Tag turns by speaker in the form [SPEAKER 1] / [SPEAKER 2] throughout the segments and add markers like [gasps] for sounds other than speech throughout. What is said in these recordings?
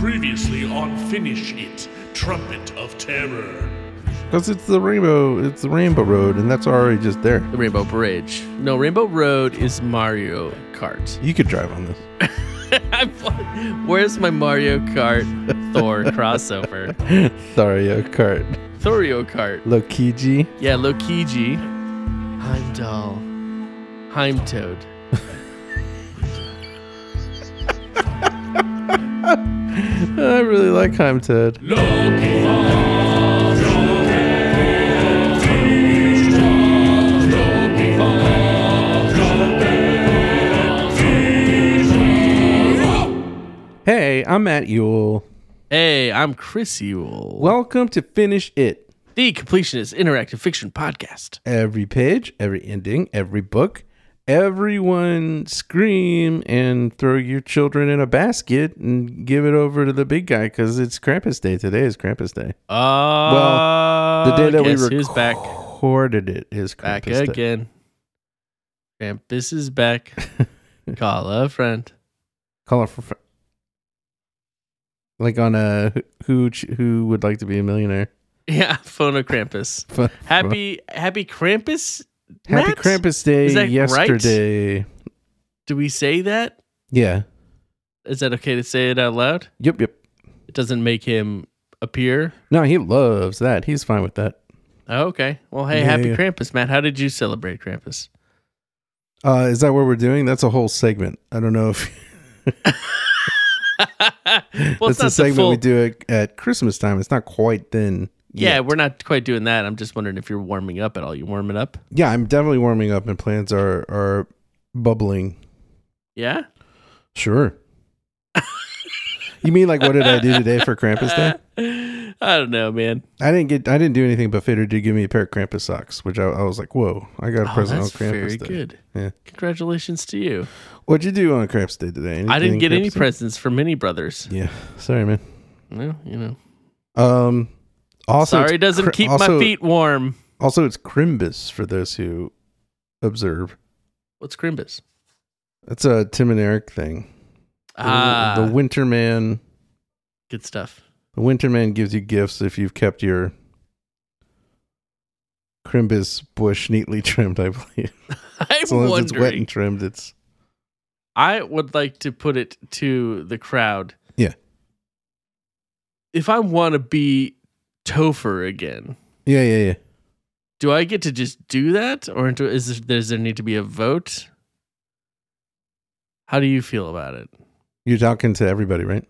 [SPEAKER 1] Previously on Finish It, Trumpet of Terror.
[SPEAKER 2] Because it's the rainbow, it's the rainbow road, and that's already just there.
[SPEAKER 3] The Rainbow Bridge. No, Rainbow Road is Mario Kart. [laughs]
[SPEAKER 2] You could drive on this.
[SPEAKER 3] I'm- Where's my Mario Kart
[SPEAKER 2] [laughs]
[SPEAKER 3] Thor crossover?
[SPEAKER 2] Thario Kart.
[SPEAKER 3] Thorio Kart.
[SPEAKER 2] Lokiji.
[SPEAKER 3] Yeah, Lokiji. Heimdall. Heimtoad.
[SPEAKER 2] I really like Heimtad. Hey, I'm Matt Yule.
[SPEAKER 3] Hey, I'm Chris Ewell.
[SPEAKER 2] Welcome to Finish It.
[SPEAKER 3] the Completionist Interactive Fiction Podcast.
[SPEAKER 2] Every page, every ending, every book, everyone scream and throw your children in a basket and give it over to the big guy because it's Krampus Day. Today is Krampus Day.
[SPEAKER 3] Uh,
[SPEAKER 2] Ah, the day that we
[SPEAKER 3] guess who's back?
[SPEAKER 2] recorded it is Krampus
[SPEAKER 3] Back
[SPEAKER 2] Day.
[SPEAKER 3] again. Krampus
[SPEAKER 2] [laughs]
[SPEAKER 3] is back. Call a friend.
[SPEAKER 2] Call it for fr- like on a who ch- who would like to be a millionaire. [laughs]
[SPEAKER 3] Yeah, [laughs] phone of Krampus.
[SPEAKER 2] Fu-
[SPEAKER 3] Happy Happy Krampus.
[SPEAKER 2] Happy
[SPEAKER 3] Matt?
[SPEAKER 2] Krampus Day
[SPEAKER 3] Is that right?
[SPEAKER 2] yesterday.
[SPEAKER 3] Do we say that?
[SPEAKER 2] Yeah.
[SPEAKER 3] Is that okay to say it out loud?
[SPEAKER 2] Yep. Yep.
[SPEAKER 3] It doesn't make him appear.
[SPEAKER 2] No, he loves that. He's fine with that.
[SPEAKER 3] Oh, okay. Well, hey,
[SPEAKER 2] Yeah,
[SPEAKER 3] Happy
[SPEAKER 2] yeah.
[SPEAKER 3] Krampus, Matt. How did you celebrate Krampus? [laughs]
[SPEAKER 2] Uh, is that what we're doing? That's a whole segment. I don't know if
[SPEAKER 3] well,
[SPEAKER 2] that's a segment we do at, at Christmas time. It's not quite then.
[SPEAKER 3] Yeah,
[SPEAKER 2] yet.
[SPEAKER 3] we're not quite doing that. I'm just wondering if you're warming up at all. You warming up?
[SPEAKER 2] yeah. I'm definitely warming up, and plans are are bubbling.
[SPEAKER 3] Yeah.
[SPEAKER 2] Sure. you mean like what did I do today for Krampus
[SPEAKER 3] [laughs]
[SPEAKER 2] Day?
[SPEAKER 3] I don't know, man.
[SPEAKER 2] I didn't get. I didn't do anything, but Fader did give me a pair of Krampus socks, which I, I was like, "Whoa, I got a
[SPEAKER 3] Oh,
[SPEAKER 2] present
[SPEAKER 3] that's
[SPEAKER 2] on Krampus
[SPEAKER 3] very
[SPEAKER 2] Day."
[SPEAKER 3] good.
[SPEAKER 2] Yeah.
[SPEAKER 3] Congratulations to you.
[SPEAKER 2] What'd you do on Krampus Day today?
[SPEAKER 3] I didn't
[SPEAKER 2] Anything
[SPEAKER 3] get any
[SPEAKER 2] Krampus Day?
[SPEAKER 3] presents from any brothers.
[SPEAKER 2] Yeah, sorry, man.
[SPEAKER 3] No, you know.
[SPEAKER 2] Um, also,
[SPEAKER 3] Sorry,
[SPEAKER 2] it's
[SPEAKER 3] doesn't
[SPEAKER 2] Cr-
[SPEAKER 3] keep my
[SPEAKER 2] also-
[SPEAKER 3] feet warm.
[SPEAKER 2] Also, it's Crimbus for those who observe.
[SPEAKER 3] What's Krimbus?
[SPEAKER 2] That's a Tim and Eric thing. The-
[SPEAKER 3] Ah,
[SPEAKER 2] the Winter Man.
[SPEAKER 3] good stuff.
[SPEAKER 2] The Winter Man gives you gifts if you've kept your Crimbus bush neatly [laughs] trimmed. I believe.
[SPEAKER 3] [laughs] I'm
[SPEAKER 2] As long as it's wet
[SPEAKER 3] wondering.
[SPEAKER 2] and trimmed, it's
[SPEAKER 3] I would like to put it to the crowd.
[SPEAKER 2] Yeah.
[SPEAKER 3] If I want to be Topher again,
[SPEAKER 2] yeah, yeah, yeah.
[SPEAKER 3] do I get to just do that, or do, is there, does there need to be a vote? How do you feel about it?
[SPEAKER 2] You're talking to everybody, right?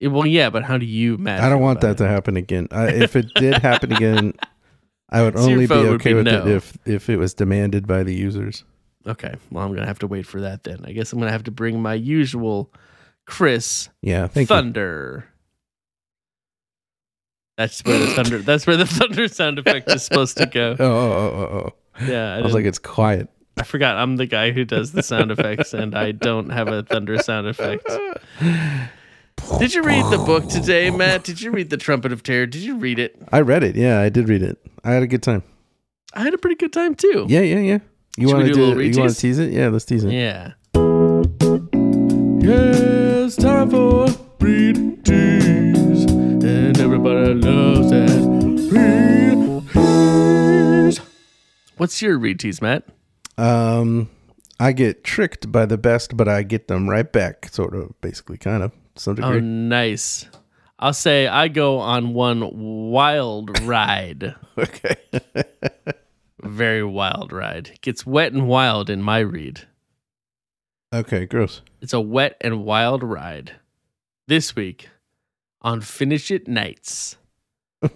[SPEAKER 3] Eh, well, yeah, but how do you, Matt?
[SPEAKER 2] I don't want that
[SPEAKER 3] To-
[SPEAKER 2] to happen again. I, if it did happen
[SPEAKER 3] [laughs]
[SPEAKER 2] again, I would
[SPEAKER 3] So your
[SPEAKER 2] only be
[SPEAKER 3] vote would
[SPEAKER 2] okay
[SPEAKER 3] be
[SPEAKER 2] with
[SPEAKER 3] no.
[SPEAKER 2] it if if it was demanded by the users.
[SPEAKER 3] okay. Well, I'm gonna have to wait for that then. I guess I'm gonna have to bring my usual Chris
[SPEAKER 2] Yeah, thank you.
[SPEAKER 3] thunder. That's where the thunder. That's where the [laughs] thunder sound effect is supposed to go.
[SPEAKER 2] Oh, oh, oh, oh, oh.
[SPEAKER 3] Yeah, I,
[SPEAKER 2] I, was like,
[SPEAKER 3] didn't-
[SPEAKER 2] it's quiet.
[SPEAKER 3] I forgot. I'm the guy who does the sound effects, and I don't have a thunder sound effect. Did you read the book today, Matt? Did you read the Trumpet of Terror? Did you read it?
[SPEAKER 2] I read it. Yeah, I did read it. I had a good time.
[SPEAKER 3] I had a pretty good time too.
[SPEAKER 2] Yeah, yeah, yeah. You
[SPEAKER 3] Should we
[SPEAKER 2] want to
[SPEAKER 3] do a
[SPEAKER 2] do?
[SPEAKER 3] little
[SPEAKER 2] you want
[SPEAKER 3] retease?
[SPEAKER 2] to tease it? Yeah, let's tease it.
[SPEAKER 3] Yeah.
[SPEAKER 2] Yeah, it's time for
[SPEAKER 3] Retease, and everybody loves that. Retease. What's your retease, Matt?
[SPEAKER 2] Um, I get tricked by the best, but I get them right back. Sort of, basically, kind of, to some
[SPEAKER 3] Oh,
[SPEAKER 2] degree.
[SPEAKER 3] nice. I'll say I go on one wild ride.
[SPEAKER 2] [laughs] okay. [laughs]
[SPEAKER 3] Very wild ride. Gets wet and wild in my read.
[SPEAKER 2] okay. Gross. [laughs]
[SPEAKER 3] It's a wet and wild ride. This week on Finish It Nights. 'Cause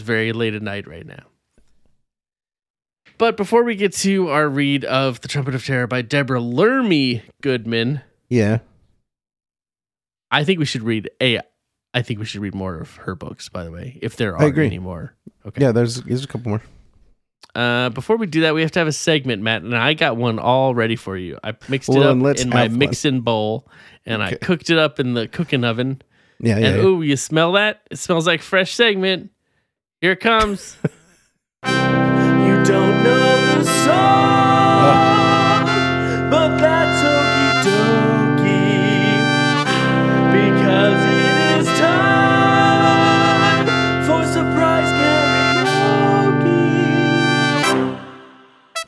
[SPEAKER 2] [laughs]
[SPEAKER 3] very late at night right now. But before we get to our read of The Trumpet of Terror by Deborah Lermy Goodman,
[SPEAKER 2] Yeah.
[SPEAKER 3] I think we should read a I think we should read more of her books, by the way, if there are
[SPEAKER 2] I agree.
[SPEAKER 3] any more. Okay.
[SPEAKER 2] Yeah. There's there's a couple more.
[SPEAKER 3] Uh, before we do that, we have to have a segment, Matt, and I got one all ready for you. I mixed
[SPEAKER 2] Well,
[SPEAKER 3] it
[SPEAKER 2] then
[SPEAKER 3] up
[SPEAKER 2] let's
[SPEAKER 3] in my
[SPEAKER 2] have one.
[SPEAKER 3] mixing bowl, and I
[SPEAKER 2] Okay.
[SPEAKER 3] cooked it up in the cooking oven.
[SPEAKER 2] Yeah. Yeah.
[SPEAKER 3] and
[SPEAKER 2] yeah.
[SPEAKER 3] ooh, you smell that? It smells like fresh segment. Here it comes.
[SPEAKER 4] [laughs] You don't know the song, but that's okie dokie because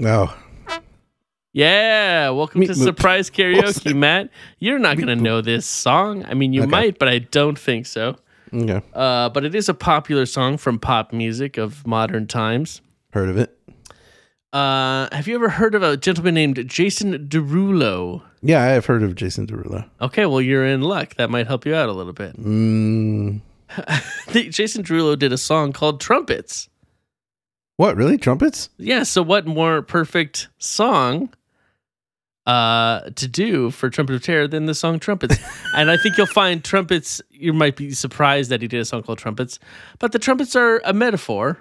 [SPEAKER 2] wow.
[SPEAKER 3] Yeah, welcome
[SPEAKER 2] Meat
[SPEAKER 3] to
[SPEAKER 2] Moot.
[SPEAKER 3] surprise
[SPEAKER 4] [laughs]
[SPEAKER 2] What's
[SPEAKER 3] karaoke,
[SPEAKER 2] that?
[SPEAKER 3] Matt. You're not
[SPEAKER 2] Meat
[SPEAKER 3] going to
[SPEAKER 2] Moot.
[SPEAKER 3] know this song. I mean, you
[SPEAKER 2] Okay.
[SPEAKER 3] might, but I don't think so.
[SPEAKER 2] Okay.
[SPEAKER 3] Uh, but it is a popular song from pop music of modern times.
[SPEAKER 2] Heard of it?
[SPEAKER 3] Uh, have you ever heard of a gentleman named Jason Derulo?
[SPEAKER 2] Yeah, I have heard of Jason Derulo.
[SPEAKER 3] Okay, well, you're in luck. That might help you out a little bit. [laughs]
[SPEAKER 2] Mm,
[SPEAKER 3] Jason Derulo did a song called Trumpets.
[SPEAKER 2] what, really? Trumpets?
[SPEAKER 3] Yeah, so what more perfect song uh to do for Trumpet of Terror than the song Trumpets? and I think you'll find trumpets you might be surprised that he did a song called Trumpets, but the trumpets are a metaphor,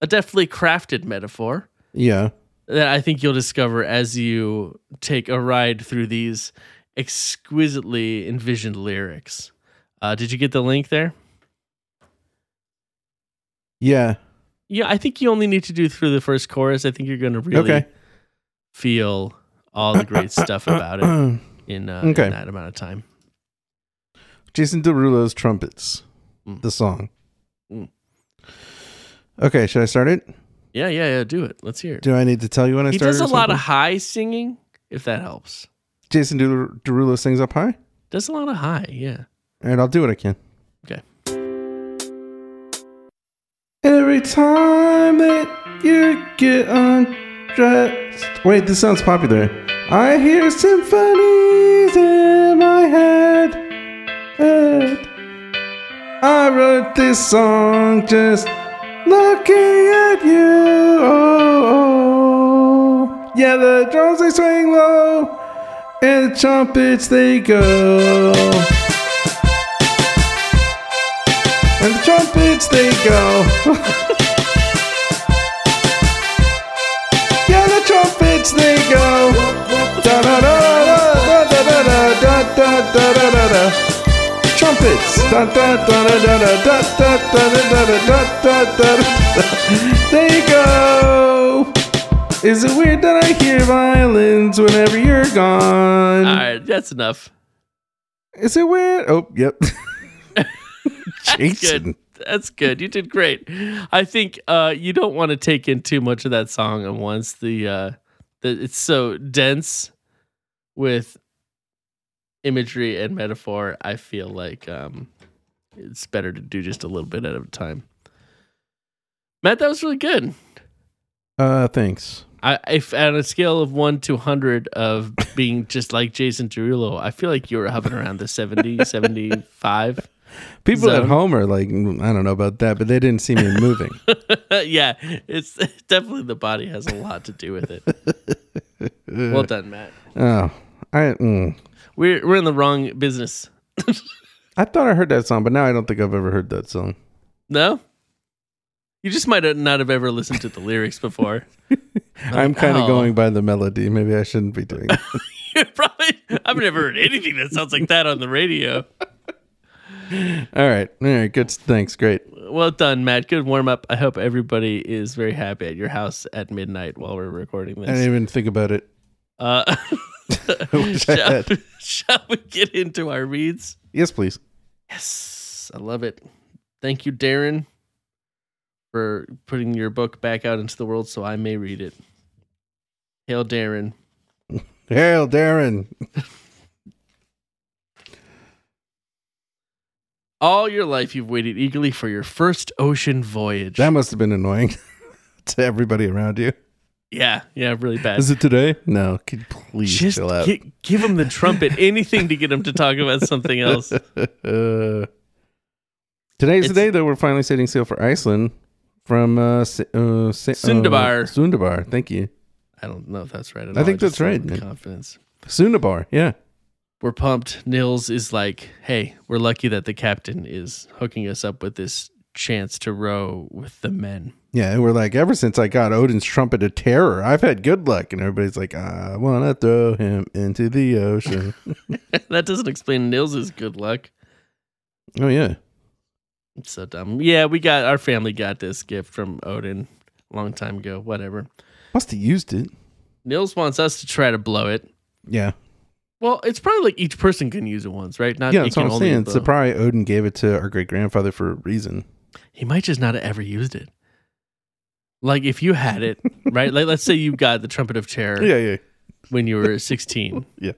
[SPEAKER 3] a deftly crafted metaphor
[SPEAKER 2] Yeah.
[SPEAKER 3] that I think you'll discover as you take a ride through these exquisitely envisioned lyrics. Uh, did you get the link there?
[SPEAKER 2] Yeah.
[SPEAKER 3] Yeah, I think you only need to do through the first chorus. I think you're going to really
[SPEAKER 2] Okay.
[SPEAKER 3] feel all the great stuff about [coughs] it in, uh, in
[SPEAKER 2] Okay.
[SPEAKER 3] that amount of time.
[SPEAKER 2] [clears throat] Jason Derulo's Trumpets,
[SPEAKER 3] Mm.
[SPEAKER 2] the song.
[SPEAKER 3] Mm.
[SPEAKER 2] Okay, should I start it?
[SPEAKER 3] Yeah, yeah, yeah. Do it. Let's hear it.
[SPEAKER 2] Do I need to tell you when I
[SPEAKER 3] He
[SPEAKER 2] start
[SPEAKER 3] does
[SPEAKER 2] it
[SPEAKER 3] a
[SPEAKER 2] or
[SPEAKER 3] lot of
[SPEAKER 2] something?
[SPEAKER 3] high singing, if that helps.
[SPEAKER 2] Jason Deru- Derulo sings up high?
[SPEAKER 3] Does a lot of high, yeah.
[SPEAKER 2] All right, I'll do what I can.
[SPEAKER 3] Okay.
[SPEAKER 2] Every time that you get undressed. Wait, this sounds popular. I hear symphonies in my head. head. I wrote this song just looking at you. Oh, oh. Yeah, the drums they swing low, and the trumpets they go. And the trumpets they go. yeah, the trumpets they go. Da da da da da da da da da da da da da. Trumpets. Da da da da da da da da da da da da da da da da. They go. Is it weird that I hear violins whenever you're gone?
[SPEAKER 3] All right, that's enough.
[SPEAKER 2] Is it weird? Oh, yep. [laughs]
[SPEAKER 3] Good. That's good. You did great. I think uh, you don't want to take in too much of that song at once. The, uh, the it's so dense with imagery and metaphor. I feel like um, it's better to do just a little bit at a time. Matt, that was really good.
[SPEAKER 2] Uh, thanks.
[SPEAKER 3] I if on a scale of one to hundred of being just like Jason Derulo, I feel like you're hovering around the 70, 75.
[SPEAKER 2] People at
[SPEAKER 3] Zone.
[SPEAKER 2] home are like, "Mm, I don't know about that, but they didn't see
[SPEAKER 3] [laughs]
[SPEAKER 2] me moving.
[SPEAKER 3] Uh, yeah, it's [laughs] definitely the body has a lot to do with it. [laughs] well done, Matt.
[SPEAKER 2] oh, I mm.
[SPEAKER 3] We're we're in the wrong business.
[SPEAKER 2] I thought I heard that song, but now I don't think I've ever heard that song.
[SPEAKER 3] No, you just might not have ever listened to the lyrics before.
[SPEAKER 2] I'm kind of
[SPEAKER 3] oh.
[SPEAKER 2] going by the melody. Maybe I shouldn't be
[SPEAKER 3] [laughs]
[SPEAKER 2] doing. It.
[SPEAKER 3] [laughs] You're Probably, I've never heard anything that sounds like that on the radio.
[SPEAKER 2] all right, all right. Good. Thanks. Great.
[SPEAKER 3] Well done, Matt. Good warm up. I hope everybody is very happy at your house at midnight while we're recording
[SPEAKER 2] I didn't
[SPEAKER 3] this.
[SPEAKER 2] even think about it.
[SPEAKER 3] Uh, [laughs]
[SPEAKER 2] wish I
[SPEAKER 3] shall,
[SPEAKER 2] had.
[SPEAKER 3] [laughs] shall we get into our reads?
[SPEAKER 2] Yes, please.
[SPEAKER 3] Yes, I love it. Thank you, Darren, for putting your book back out into the world so I may read it. Hail, Darren.
[SPEAKER 2] Hail, Darren.
[SPEAKER 3] All your life, you've waited eagerly for your first ocean voyage.
[SPEAKER 2] That must have been annoying [laughs] to everybody around you.
[SPEAKER 3] yeah, yeah, really bad.
[SPEAKER 2] Is it today? No. Could you please
[SPEAKER 3] Just
[SPEAKER 2] chill out.
[SPEAKER 3] gi- give him
[SPEAKER 2] [laughs]
[SPEAKER 3] the trumpet, anything to get him to talk about something else.
[SPEAKER 2] Uh, today's
[SPEAKER 3] It's-
[SPEAKER 2] the day that we're finally setting sail for Iceland from uh, S- uh, Sa- uh,
[SPEAKER 3] Sundabar.
[SPEAKER 2] Sundabar, thank you.
[SPEAKER 3] I don't know if that's right. At
[SPEAKER 2] I
[SPEAKER 3] all.
[SPEAKER 2] think
[SPEAKER 3] just
[SPEAKER 2] that's right,
[SPEAKER 3] love
[SPEAKER 2] man.
[SPEAKER 3] Confidence.
[SPEAKER 2] Sundabar, yeah.
[SPEAKER 3] We're pumped. Nils is like, "Hey, we're lucky that the captain is hooking us up with this chance to row with the men."
[SPEAKER 2] Yeah, and we're like, ever since I got Odin's trumpet of terror, I've had good luck. And everybody's like, I want to throw him into the
[SPEAKER 3] [laughs]
[SPEAKER 2] ocean.
[SPEAKER 3] that doesn't explain Nils's good luck.
[SPEAKER 2] oh, yeah.
[SPEAKER 3] It's so dumb. Yeah, we got our family got this gift from Odin a long time ago. Whatever.
[SPEAKER 2] Must have used it.
[SPEAKER 3] Nils wants us to try to blow it.
[SPEAKER 2] Yeah.
[SPEAKER 3] Well, it's probably like each person can use it once, right? Not
[SPEAKER 2] yeah,
[SPEAKER 3] it
[SPEAKER 2] that's what
[SPEAKER 3] can
[SPEAKER 2] I'm
[SPEAKER 3] only
[SPEAKER 2] saying.
[SPEAKER 3] blow.
[SPEAKER 2] So probably Odin gave it to our great grandfather for a reason.
[SPEAKER 3] He might just not have ever used it. Like if you
[SPEAKER 2] [laughs]
[SPEAKER 3] had it, right? Like let's say you got the trumpet of terror
[SPEAKER 2] Yeah, yeah,
[SPEAKER 3] when you were [laughs] 16.
[SPEAKER 2] yeah.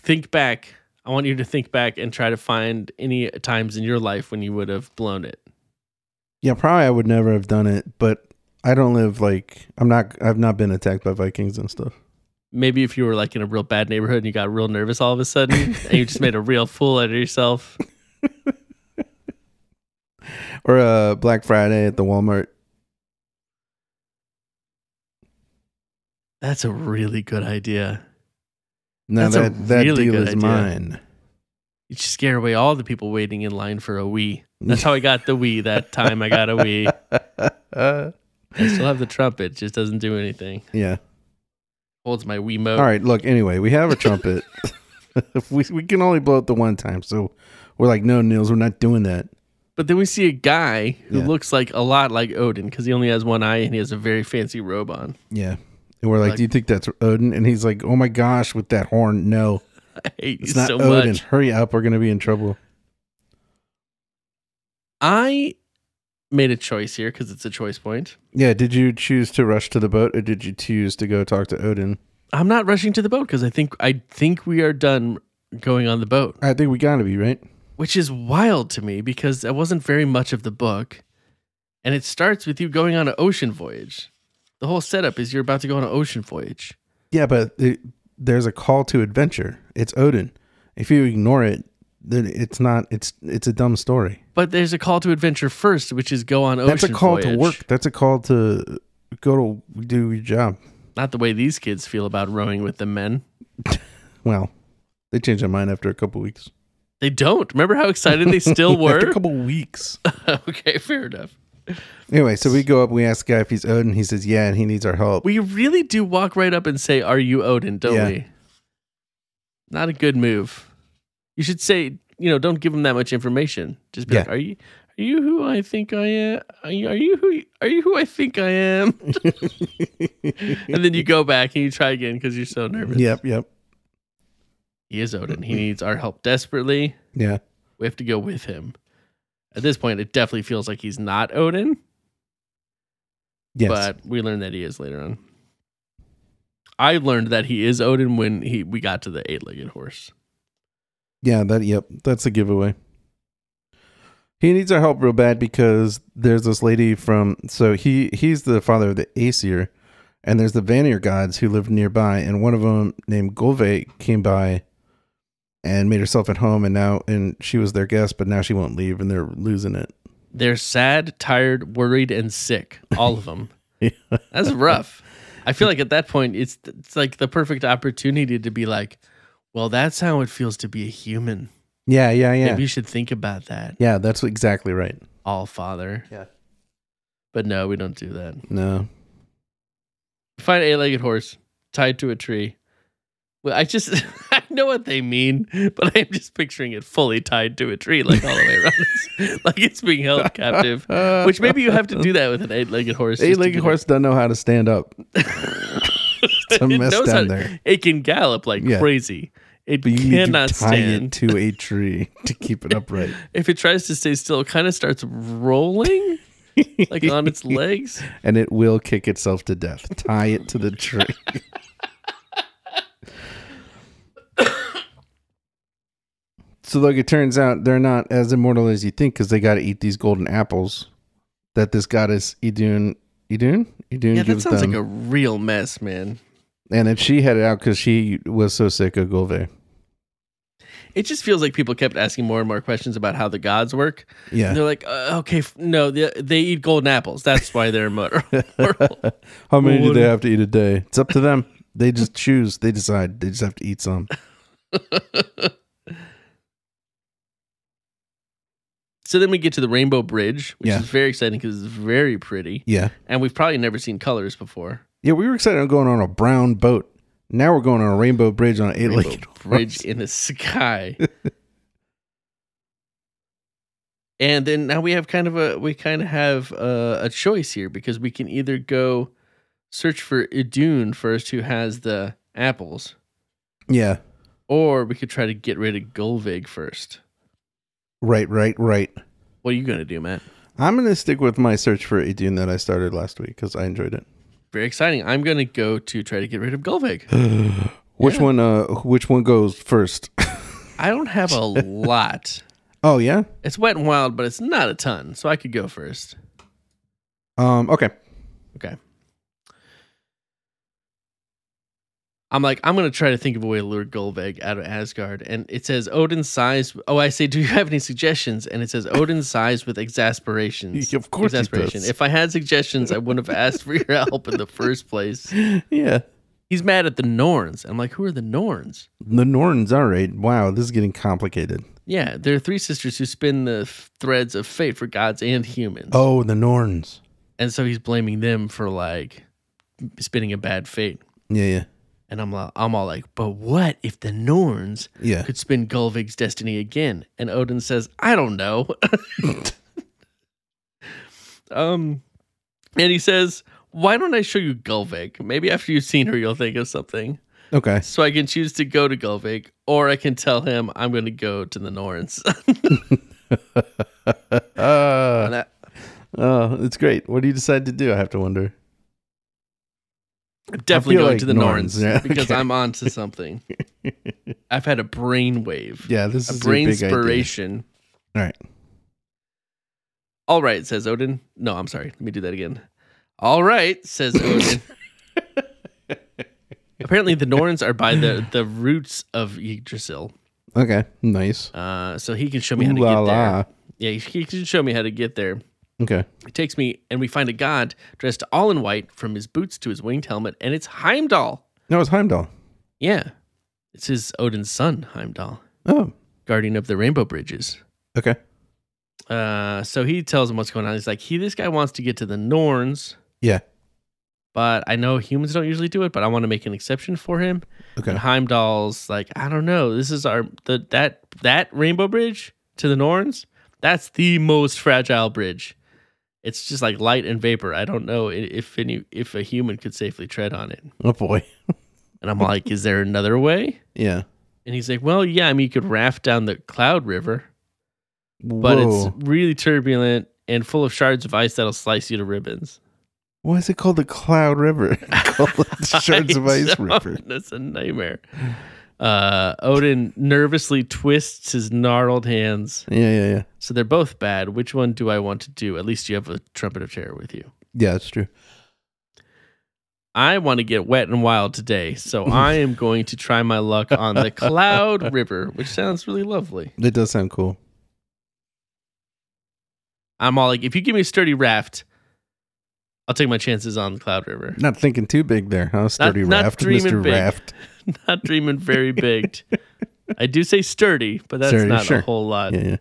[SPEAKER 3] Think back. I want you to think back and try to find any times in your life when you would have blown it.
[SPEAKER 2] Yeah, probably I would never have done it, but I don't live like I'm not. I've not been attacked by Vikings and stuff.
[SPEAKER 3] Maybe if you were like in a real bad neighborhood and you got real nervous all of
[SPEAKER 2] [laughs]
[SPEAKER 3] a sudden and you just made a real fool out of yourself.
[SPEAKER 2] Or uh, Black Friday at the Walmart.
[SPEAKER 3] That's a really good idea.
[SPEAKER 2] No,
[SPEAKER 3] That's a
[SPEAKER 2] that that
[SPEAKER 3] really
[SPEAKER 2] deal
[SPEAKER 3] good
[SPEAKER 2] is
[SPEAKER 3] idea.
[SPEAKER 2] mine. [laughs]
[SPEAKER 3] You should scare away all the people waiting in line for a Wii. That's how I got the
[SPEAKER 2] [laughs]
[SPEAKER 3] Wii that time I got a Wii.
[SPEAKER 2] Uh,
[SPEAKER 3] I still have the trumpet, just doesn't do anything.
[SPEAKER 2] [laughs] yeah.
[SPEAKER 3] Holds my Wiimote.
[SPEAKER 2] All right. Look. Anyway, we have a trumpet. [laughs] we we can only blow it the one time, so we're like, no, Nils, we're not doing that.
[SPEAKER 3] But then we see a guy who
[SPEAKER 2] Yeah.
[SPEAKER 3] looks like a lot like Odin because he only has one eye and he has a very fancy robe on. [laughs]
[SPEAKER 2] Yeah. And we're like,
[SPEAKER 3] Like-
[SPEAKER 2] do you think that's Odin? And he's like, oh my gosh, with that horn, no,
[SPEAKER 3] I hate
[SPEAKER 2] it's
[SPEAKER 3] you
[SPEAKER 2] not
[SPEAKER 3] so
[SPEAKER 2] Odin.
[SPEAKER 3] much.
[SPEAKER 2] Hurry up, we're gonna be in trouble.
[SPEAKER 3] I made a choice here because it's a choice point.
[SPEAKER 2] Yeah, did you choose to rush to the boat or did you choose to go talk to Odin?
[SPEAKER 3] I'm not rushing to the boat because I think I think we are done going on the boat,
[SPEAKER 2] I think we gotta be, right?
[SPEAKER 3] which is wild to me because that wasn't very much of the book, and it starts with you going on an ocean voyage. The whole setup is you're about to go on an ocean voyage.
[SPEAKER 2] Yeah, but it, there's a call to adventure. It's Odin. If you ignore it, then it's not it's it's a dumb story.
[SPEAKER 3] But there's a call to adventure first, which is go on ocean.
[SPEAKER 2] That's a call to
[SPEAKER 3] voyage.
[SPEAKER 2] work. That's a call to go to do your job.
[SPEAKER 3] Not the way these kids feel about rowing with the men.
[SPEAKER 2] Well, they changed their mind after a couple weeks.
[SPEAKER 3] They don't. Remember how excited
[SPEAKER 2] [laughs]
[SPEAKER 3] they still
[SPEAKER 2] After
[SPEAKER 3] were?
[SPEAKER 2] a couple weeks.
[SPEAKER 3] [laughs] okay, fair enough.
[SPEAKER 2] anyway, so we go up, we ask the guy if he's Odin, he says yeah, and he needs our help.
[SPEAKER 3] We really do walk right up and say, Are you Odin? Don't
[SPEAKER 2] Yeah.
[SPEAKER 3] we? Not a good move. You should say, you know, don't give him that much information. Just be
[SPEAKER 2] Yeah.
[SPEAKER 3] like, Are you are you who I think I am? Are you, are you who are you who I think I am? [laughs]
[SPEAKER 2] [laughs]
[SPEAKER 3] and then you go back and you try again because you're so nervous.
[SPEAKER 2] yep, yep.
[SPEAKER 3] He is Odin. He needs our help desperately.
[SPEAKER 2] Yeah.
[SPEAKER 3] We have to go with him. At this point, it definitely feels like he's not Odin.
[SPEAKER 2] Yes.
[SPEAKER 3] but we learned that he is later on. I learned that he is Odin when he we got to the eight-legged horse.
[SPEAKER 2] Yeah, that yep, that's a giveaway. He needs our help real bad because there's this lady from so he he's the father of the Aesir, and there's the Vanir gods who live nearby, and one of them named Golve came by and made herself at home, and now and she was their guest, but now she won't leave, and they're losing it.
[SPEAKER 3] They're sad, tired, worried, and sick. All of them.
[SPEAKER 2] [laughs] Yeah.
[SPEAKER 3] That's rough. I feel like at that point, it's it's like the perfect opportunity to be like, well, that's how it feels to be a human.
[SPEAKER 2] Yeah, yeah, yeah,
[SPEAKER 3] Maybe you should think about that,
[SPEAKER 2] yeah. That's exactly right.
[SPEAKER 3] all father.
[SPEAKER 2] Yeah.
[SPEAKER 3] But no, we don't do that.
[SPEAKER 2] No,
[SPEAKER 3] find an eight-legged horse tied to a tree. Well, I just [laughs] I know what they mean, but I'm just picturing it fully tied to a tree, like all the way
[SPEAKER 2] [laughs]
[SPEAKER 3] around, It's- like it's being held captive. Which maybe you have to do that with an eight-legged horse. just to
[SPEAKER 2] eight-legged
[SPEAKER 3] get-
[SPEAKER 2] horse doesn't know how to stand
[SPEAKER 3] [laughs]
[SPEAKER 2] up. It's a
[SPEAKER 3] It
[SPEAKER 2] mess
[SPEAKER 3] knows
[SPEAKER 2] down
[SPEAKER 3] how-
[SPEAKER 2] there.
[SPEAKER 3] It can gallop like
[SPEAKER 2] Yeah.
[SPEAKER 3] crazy. It
[SPEAKER 2] But you
[SPEAKER 3] cannot
[SPEAKER 2] need to tie
[SPEAKER 3] stand.
[SPEAKER 2] it to a tree [laughs] to keep it upright.
[SPEAKER 3] If it tries to stay still, it kind of starts rolling, [laughs] like on
[SPEAKER 2] [laughs]
[SPEAKER 3] its legs.
[SPEAKER 2] and it will kick itself to death. Tie it to the
[SPEAKER 3] [laughs]
[SPEAKER 2] tree. so, look, it turns out they're not as immortal as you think because they got to eat these golden apples that this goddess Idun, Idun, Idun
[SPEAKER 3] Yeah, that
[SPEAKER 2] gives
[SPEAKER 3] sounds
[SPEAKER 2] them.
[SPEAKER 3] like a real mess, man.
[SPEAKER 2] and then she headed out because she was so sick of Golve.
[SPEAKER 3] It just feels like people kept asking more and more questions about how the gods work.
[SPEAKER 2] Yeah.
[SPEAKER 3] And they're like, uh, okay, f- no, they, they eat golden apples. That's why they're [laughs] immortal.
[SPEAKER 2] How many do
[SPEAKER 3] What
[SPEAKER 2] they
[SPEAKER 3] a-
[SPEAKER 2] have to eat a day? It's up to them. They just choose. They decide. They just have to eat some.
[SPEAKER 3] so then we get to the Rainbow Bridge, which
[SPEAKER 2] Yeah.
[SPEAKER 3] is very exciting because it's very pretty.
[SPEAKER 2] Yeah.
[SPEAKER 3] And we've probably never seen colors before.
[SPEAKER 2] Yeah, we were excited on going on a brown boat. Now we're going on a rainbow bridge on an eight
[SPEAKER 3] Rainbow
[SPEAKER 2] legged
[SPEAKER 3] [laughs] Bridge in the sky. and then now we have kind of a we kind of have a, a choice here because we can either go search for Idun first, who has the apples,
[SPEAKER 2] Yeah.
[SPEAKER 3] Or we could try to get rid of Golvig first.
[SPEAKER 2] Right, right, right.
[SPEAKER 3] What are you gonna do, Matt?
[SPEAKER 2] I'm gonna stick with my search for a dune that I started last week because I enjoyed it.
[SPEAKER 3] Very exciting. I'm going to go to try to get rid of Gulvig.
[SPEAKER 2] Which
[SPEAKER 3] Yeah.
[SPEAKER 2] one? Uh, which one goes first? [laughs]
[SPEAKER 3] I don't have a lot.
[SPEAKER 2] oh yeah.
[SPEAKER 3] It's wet and wild, but it's not a ton, so I could go first.
[SPEAKER 2] Um. Okay. [laughs]
[SPEAKER 3] Okay. I'm like, I'm gonna try to think of a way to lure Gulveg out of Asgard. And it says Odin sighs. Oh, I say, do you have any suggestions? And it says Odin sighs with exasperation.
[SPEAKER 2] [laughs] Of course he
[SPEAKER 3] exasperation.
[SPEAKER 2] does.
[SPEAKER 3] If I had suggestions, I wouldn't have asked for your help in the first place.
[SPEAKER 2] Yeah.
[SPEAKER 3] He's mad at the Norns. I'm like, who are the Norns?
[SPEAKER 2] The Norns. All right. Wow. This is getting complicated.
[SPEAKER 3] Yeah, there are three sisters who spin the f- threads of fate for gods and humans.
[SPEAKER 2] Oh, the Norns.
[SPEAKER 3] And so he's blaming them for like spinning a bad fate.
[SPEAKER 2] Yeah. Yeah.
[SPEAKER 3] And I'm like, I'm all like, but what if the Norns
[SPEAKER 2] Yeah.
[SPEAKER 3] could spin Gulvig's destiny again? And Odin says, I don't know. [laughs] um, and he says, Why don't I show you Gulvig? Maybe after you've seen her, you'll think of something.
[SPEAKER 2] Okay.
[SPEAKER 3] So I can choose to go to Gulvig, or I can tell him I'm going to go to the Norns. [laughs]
[SPEAKER 2] Uh,
[SPEAKER 3] And I-
[SPEAKER 2] oh, it's great. What do you decide to do? I have to wonder.
[SPEAKER 3] definitely
[SPEAKER 2] feel
[SPEAKER 3] going
[SPEAKER 2] like
[SPEAKER 3] to the
[SPEAKER 2] Norns,
[SPEAKER 3] Norns,
[SPEAKER 2] [laughs] yeah,
[SPEAKER 3] because
[SPEAKER 2] okay.
[SPEAKER 3] I'm on to
[SPEAKER 2] [laughs]
[SPEAKER 3] something. I've had a brainwave,
[SPEAKER 2] Yeah. This
[SPEAKER 3] a
[SPEAKER 2] is
[SPEAKER 3] brain
[SPEAKER 2] a big idea.
[SPEAKER 3] inspiration.
[SPEAKER 2] All right.
[SPEAKER 3] All right, says Odin. No, I'm sorry. Let me do that again. All right,
[SPEAKER 2] [coughs]
[SPEAKER 3] says Odin. Apparently, the Norns are by the, the roots of Yggdrasil,
[SPEAKER 2] Okay. Nice.
[SPEAKER 3] uh, so he can show me how to
[SPEAKER 2] Ooh la
[SPEAKER 3] get
[SPEAKER 2] la.
[SPEAKER 3] there. Yeah, he can show me how to get there.
[SPEAKER 2] Okay.
[SPEAKER 3] He takes me, and we find a god dressed all in white, from his boots to his winged helmet, and it's Heimdall.
[SPEAKER 2] No, it's Heimdall.
[SPEAKER 3] Yeah, it's his Odin's son, Heimdall.
[SPEAKER 2] Oh.
[SPEAKER 3] guardian of the rainbow bridges.
[SPEAKER 2] Okay.
[SPEAKER 3] Uh, so he tells him what's going on. He's like, he this guy wants to get to the Norns,
[SPEAKER 2] Yeah.
[SPEAKER 3] but I know humans don't usually do it, but I want to make an exception for him. [laughs]
[SPEAKER 2] Okay.
[SPEAKER 3] And Heimdall's like, I don't know. This is our the that that rainbow bridge to the Norns. That's the most fragile bridge. It's just like light and vapor. I don't know i- if any if a human could safely tread on it.
[SPEAKER 2] Oh boy.
[SPEAKER 3] And I'm like, is there another way?
[SPEAKER 2] Yeah.
[SPEAKER 3] And he's like, well, yeah. I mean, you could raft down the Cloud River. but
[SPEAKER 2] Whoa.
[SPEAKER 3] it's really turbulent and full of shards of ice that'll slice you to ribbons.
[SPEAKER 2] Why is it called the Cloud
[SPEAKER 3] [laughs]
[SPEAKER 2] River? [laughs] Call it [laughs] Shards of
[SPEAKER 3] I
[SPEAKER 2] Ice
[SPEAKER 3] don't-
[SPEAKER 2] River.
[SPEAKER 3] [laughs] That's a nightmare. Uh, Odin nervously twists his gnarled hands.
[SPEAKER 2] Yeah, yeah, yeah.
[SPEAKER 3] So they're both bad. Which one do I want to do? At least you have a trumpet of terror with you.
[SPEAKER 2] Yeah, that's true.
[SPEAKER 3] I want to get wet and wild
[SPEAKER 2] [laughs]
[SPEAKER 3] today, so I am going to try my luck on the Cloud River, which sounds really lovely.
[SPEAKER 2] That does sound cool.
[SPEAKER 3] I'm all like, if you give me a sturdy raft, I'll take my chances on the Cloud River. [laughs]
[SPEAKER 2] Not thinking too big there, huh? Sturdy
[SPEAKER 3] not
[SPEAKER 2] raft,
[SPEAKER 3] dreaming
[SPEAKER 2] Mr.
[SPEAKER 3] big.
[SPEAKER 2] Raft.
[SPEAKER 3] not dreaming
[SPEAKER 2] [laughs]
[SPEAKER 3] very big. I do say sturdy, but that's
[SPEAKER 2] Sturdy,
[SPEAKER 3] not
[SPEAKER 2] sure.
[SPEAKER 3] a whole lot.
[SPEAKER 2] Yeah, yeah.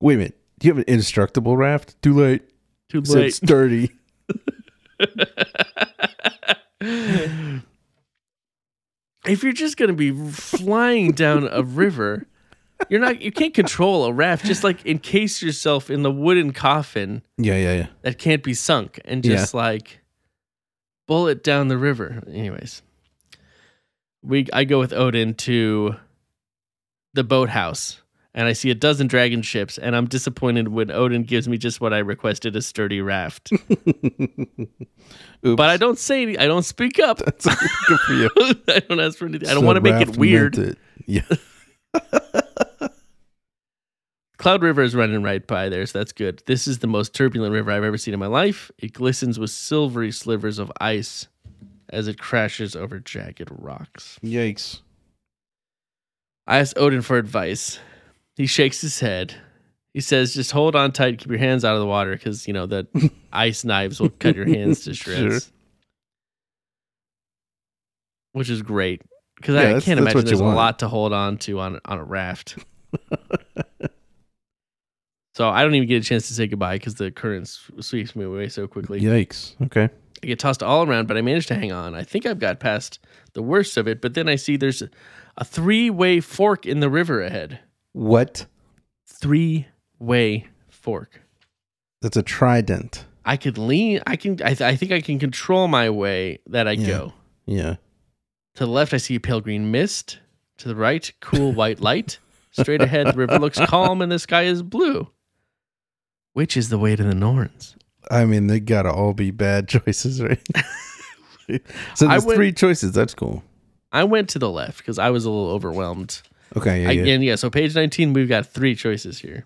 [SPEAKER 2] Wait a minute. Do you have an indestructible raft? Too late.
[SPEAKER 3] Too
[SPEAKER 2] You Said
[SPEAKER 3] late.
[SPEAKER 2] sturdy.
[SPEAKER 3] if you're just gonna be flying down a river, you're not. You can't control a raft. Just like encase yourself in the wooden coffin
[SPEAKER 2] Yeah, yeah, yeah.
[SPEAKER 3] that can't be sunk, and just like bullet down the river. Anyways, we I go with Odin to the boathouse, and I see a dozen dragon ships, and I'm disappointed when Odin gives me just what I requested: a sturdy raft.
[SPEAKER 2] Oops.
[SPEAKER 3] but I don't say any- I don't speak
[SPEAKER 2] [laughs]
[SPEAKER 3] up. [laughs]
[SPEAKER 2] That's good for you.
[SPEAKER 3] I don't ask for anything. I don't want to make it weird.
[SPEAKER 2] Yeah.
[SPEAKER 3] Cloud River is running right by there, so that's good. This is the most turbulent river I've ever seen in my life. It glistens with silvery slivers of ice as it crashes over jagged rocks.
[SPEAKER 2] [laughs] Yikes.
[SPEAKER 3] I ask Odin for advice. He shakes his head. He says, just hold on tight, keep your hands out of the water, because, you know, the
[SPEAKER 2] [laughs]
[SPEAKER 3] ice knives will cut your hands to shreds. Which is great. Because
[SPEAKER 2] Yeah,
[SPEAKER 3] I
[SPEAKER 2] that's-
[SPEAKER 3] can't
[SPEAKER 2] that's what
[SPEAKER 3] imagine
[SPEAKER 2] you
[SPEAKER 3] there's a
[SPEAKER 2] want.
[SPEAKER 3] lot to hold on to on, on
[SPEAKER 2] [laughs]
[SPEAKER 3] a raft. so I don't even get a chance to say goodbye because the current s- sweeps me away so quickly.
[SPEAKER 2] Yikes. Okay.
[SPEAKER 3] I get tossed all around, but I manage to hang on. I think I've got past the worst of it, but then I see there's a three way fork in the river ahead.
[SPEAKER 2] What?
[SPEAKER 3] Three way fork.
[SPEAKER 2] That's a trident.
[SPEAKER 3] I could lean. I can. I, th- I think I can control my way that I
[SPEAKER 2] Yeah.
[SPEAKER 3] go.
[SPEAKER 2] Yeah.
[SPEAKER 3] To the left, I see a pale green mist. To the right, cool white light. Straight ahead, the river looks calm and the sky is blue. Which is the way to the Norns?
[SPEAKER 2] I mean, they gotta all be bad [laughs] choices, right? so
[SPEAKER 3] I
[SPEAKER 2] there's
[SPEAKER 3] would-
[SPEAKER 2] three choices. That's cool.
[SPEAKER 3] I went to the left because I was a little overwhelmed.
[SPEAKER 2] Okay, yeah,
[SPEAKER 3] I,
[SPEAKER 2] yeah.
[SPEAKER 3] And yeah, so page 19, we've got three choices here.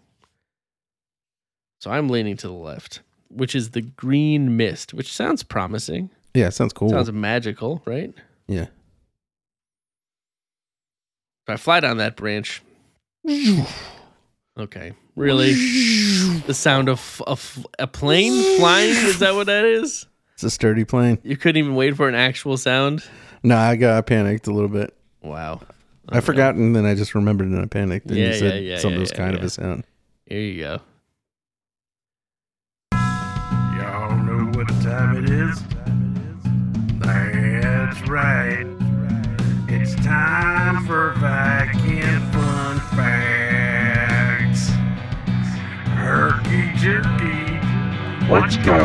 [SPEAKER 3] So I'm leaning to the left, which is the green mist, which sounds promising.
[SPEAKER 2] yeah, sounds cool.
[SPEAKER 3] Sounds magical, right?
[SPEAKER 2] yeah,
[SPEAKER 3] If I fly down
[SPEAKER 2] [laughs]
[SPEAKER 3] that branch. Okay. Really? The sound of of a plane flying? Is that what that is?
[SPEAKER 2] it's a sturdy plane.
[SPEAKER 3] You couldn't even wait for an actual sound?
[SPEAKER 2] No, I got I panicked a little bit.
[SPEAKER 3] Wow.
[SPEAKER 2] I forgot, and then I just remembered, and I panicked. And
[SPEAKER 3] Yeah,
[SPEAKER 2] you said
[SPEAKER 3] yeah, yeah,
[SPEAKER 2] something
[SPEAKER 3] yeah,
[SPEAKER 2] was
[SPEAKER 3] yeah,
[SPEAKER 2] kind of
[SPEAKER 3] yeah.
[SPEAKER 2] a sound.
[SPEAKER 3] Here you go.
[SPEAKER 1] Y'all know what time it is? That's right. It's time for Viking Fun Facts. Herky jerky. Let's go,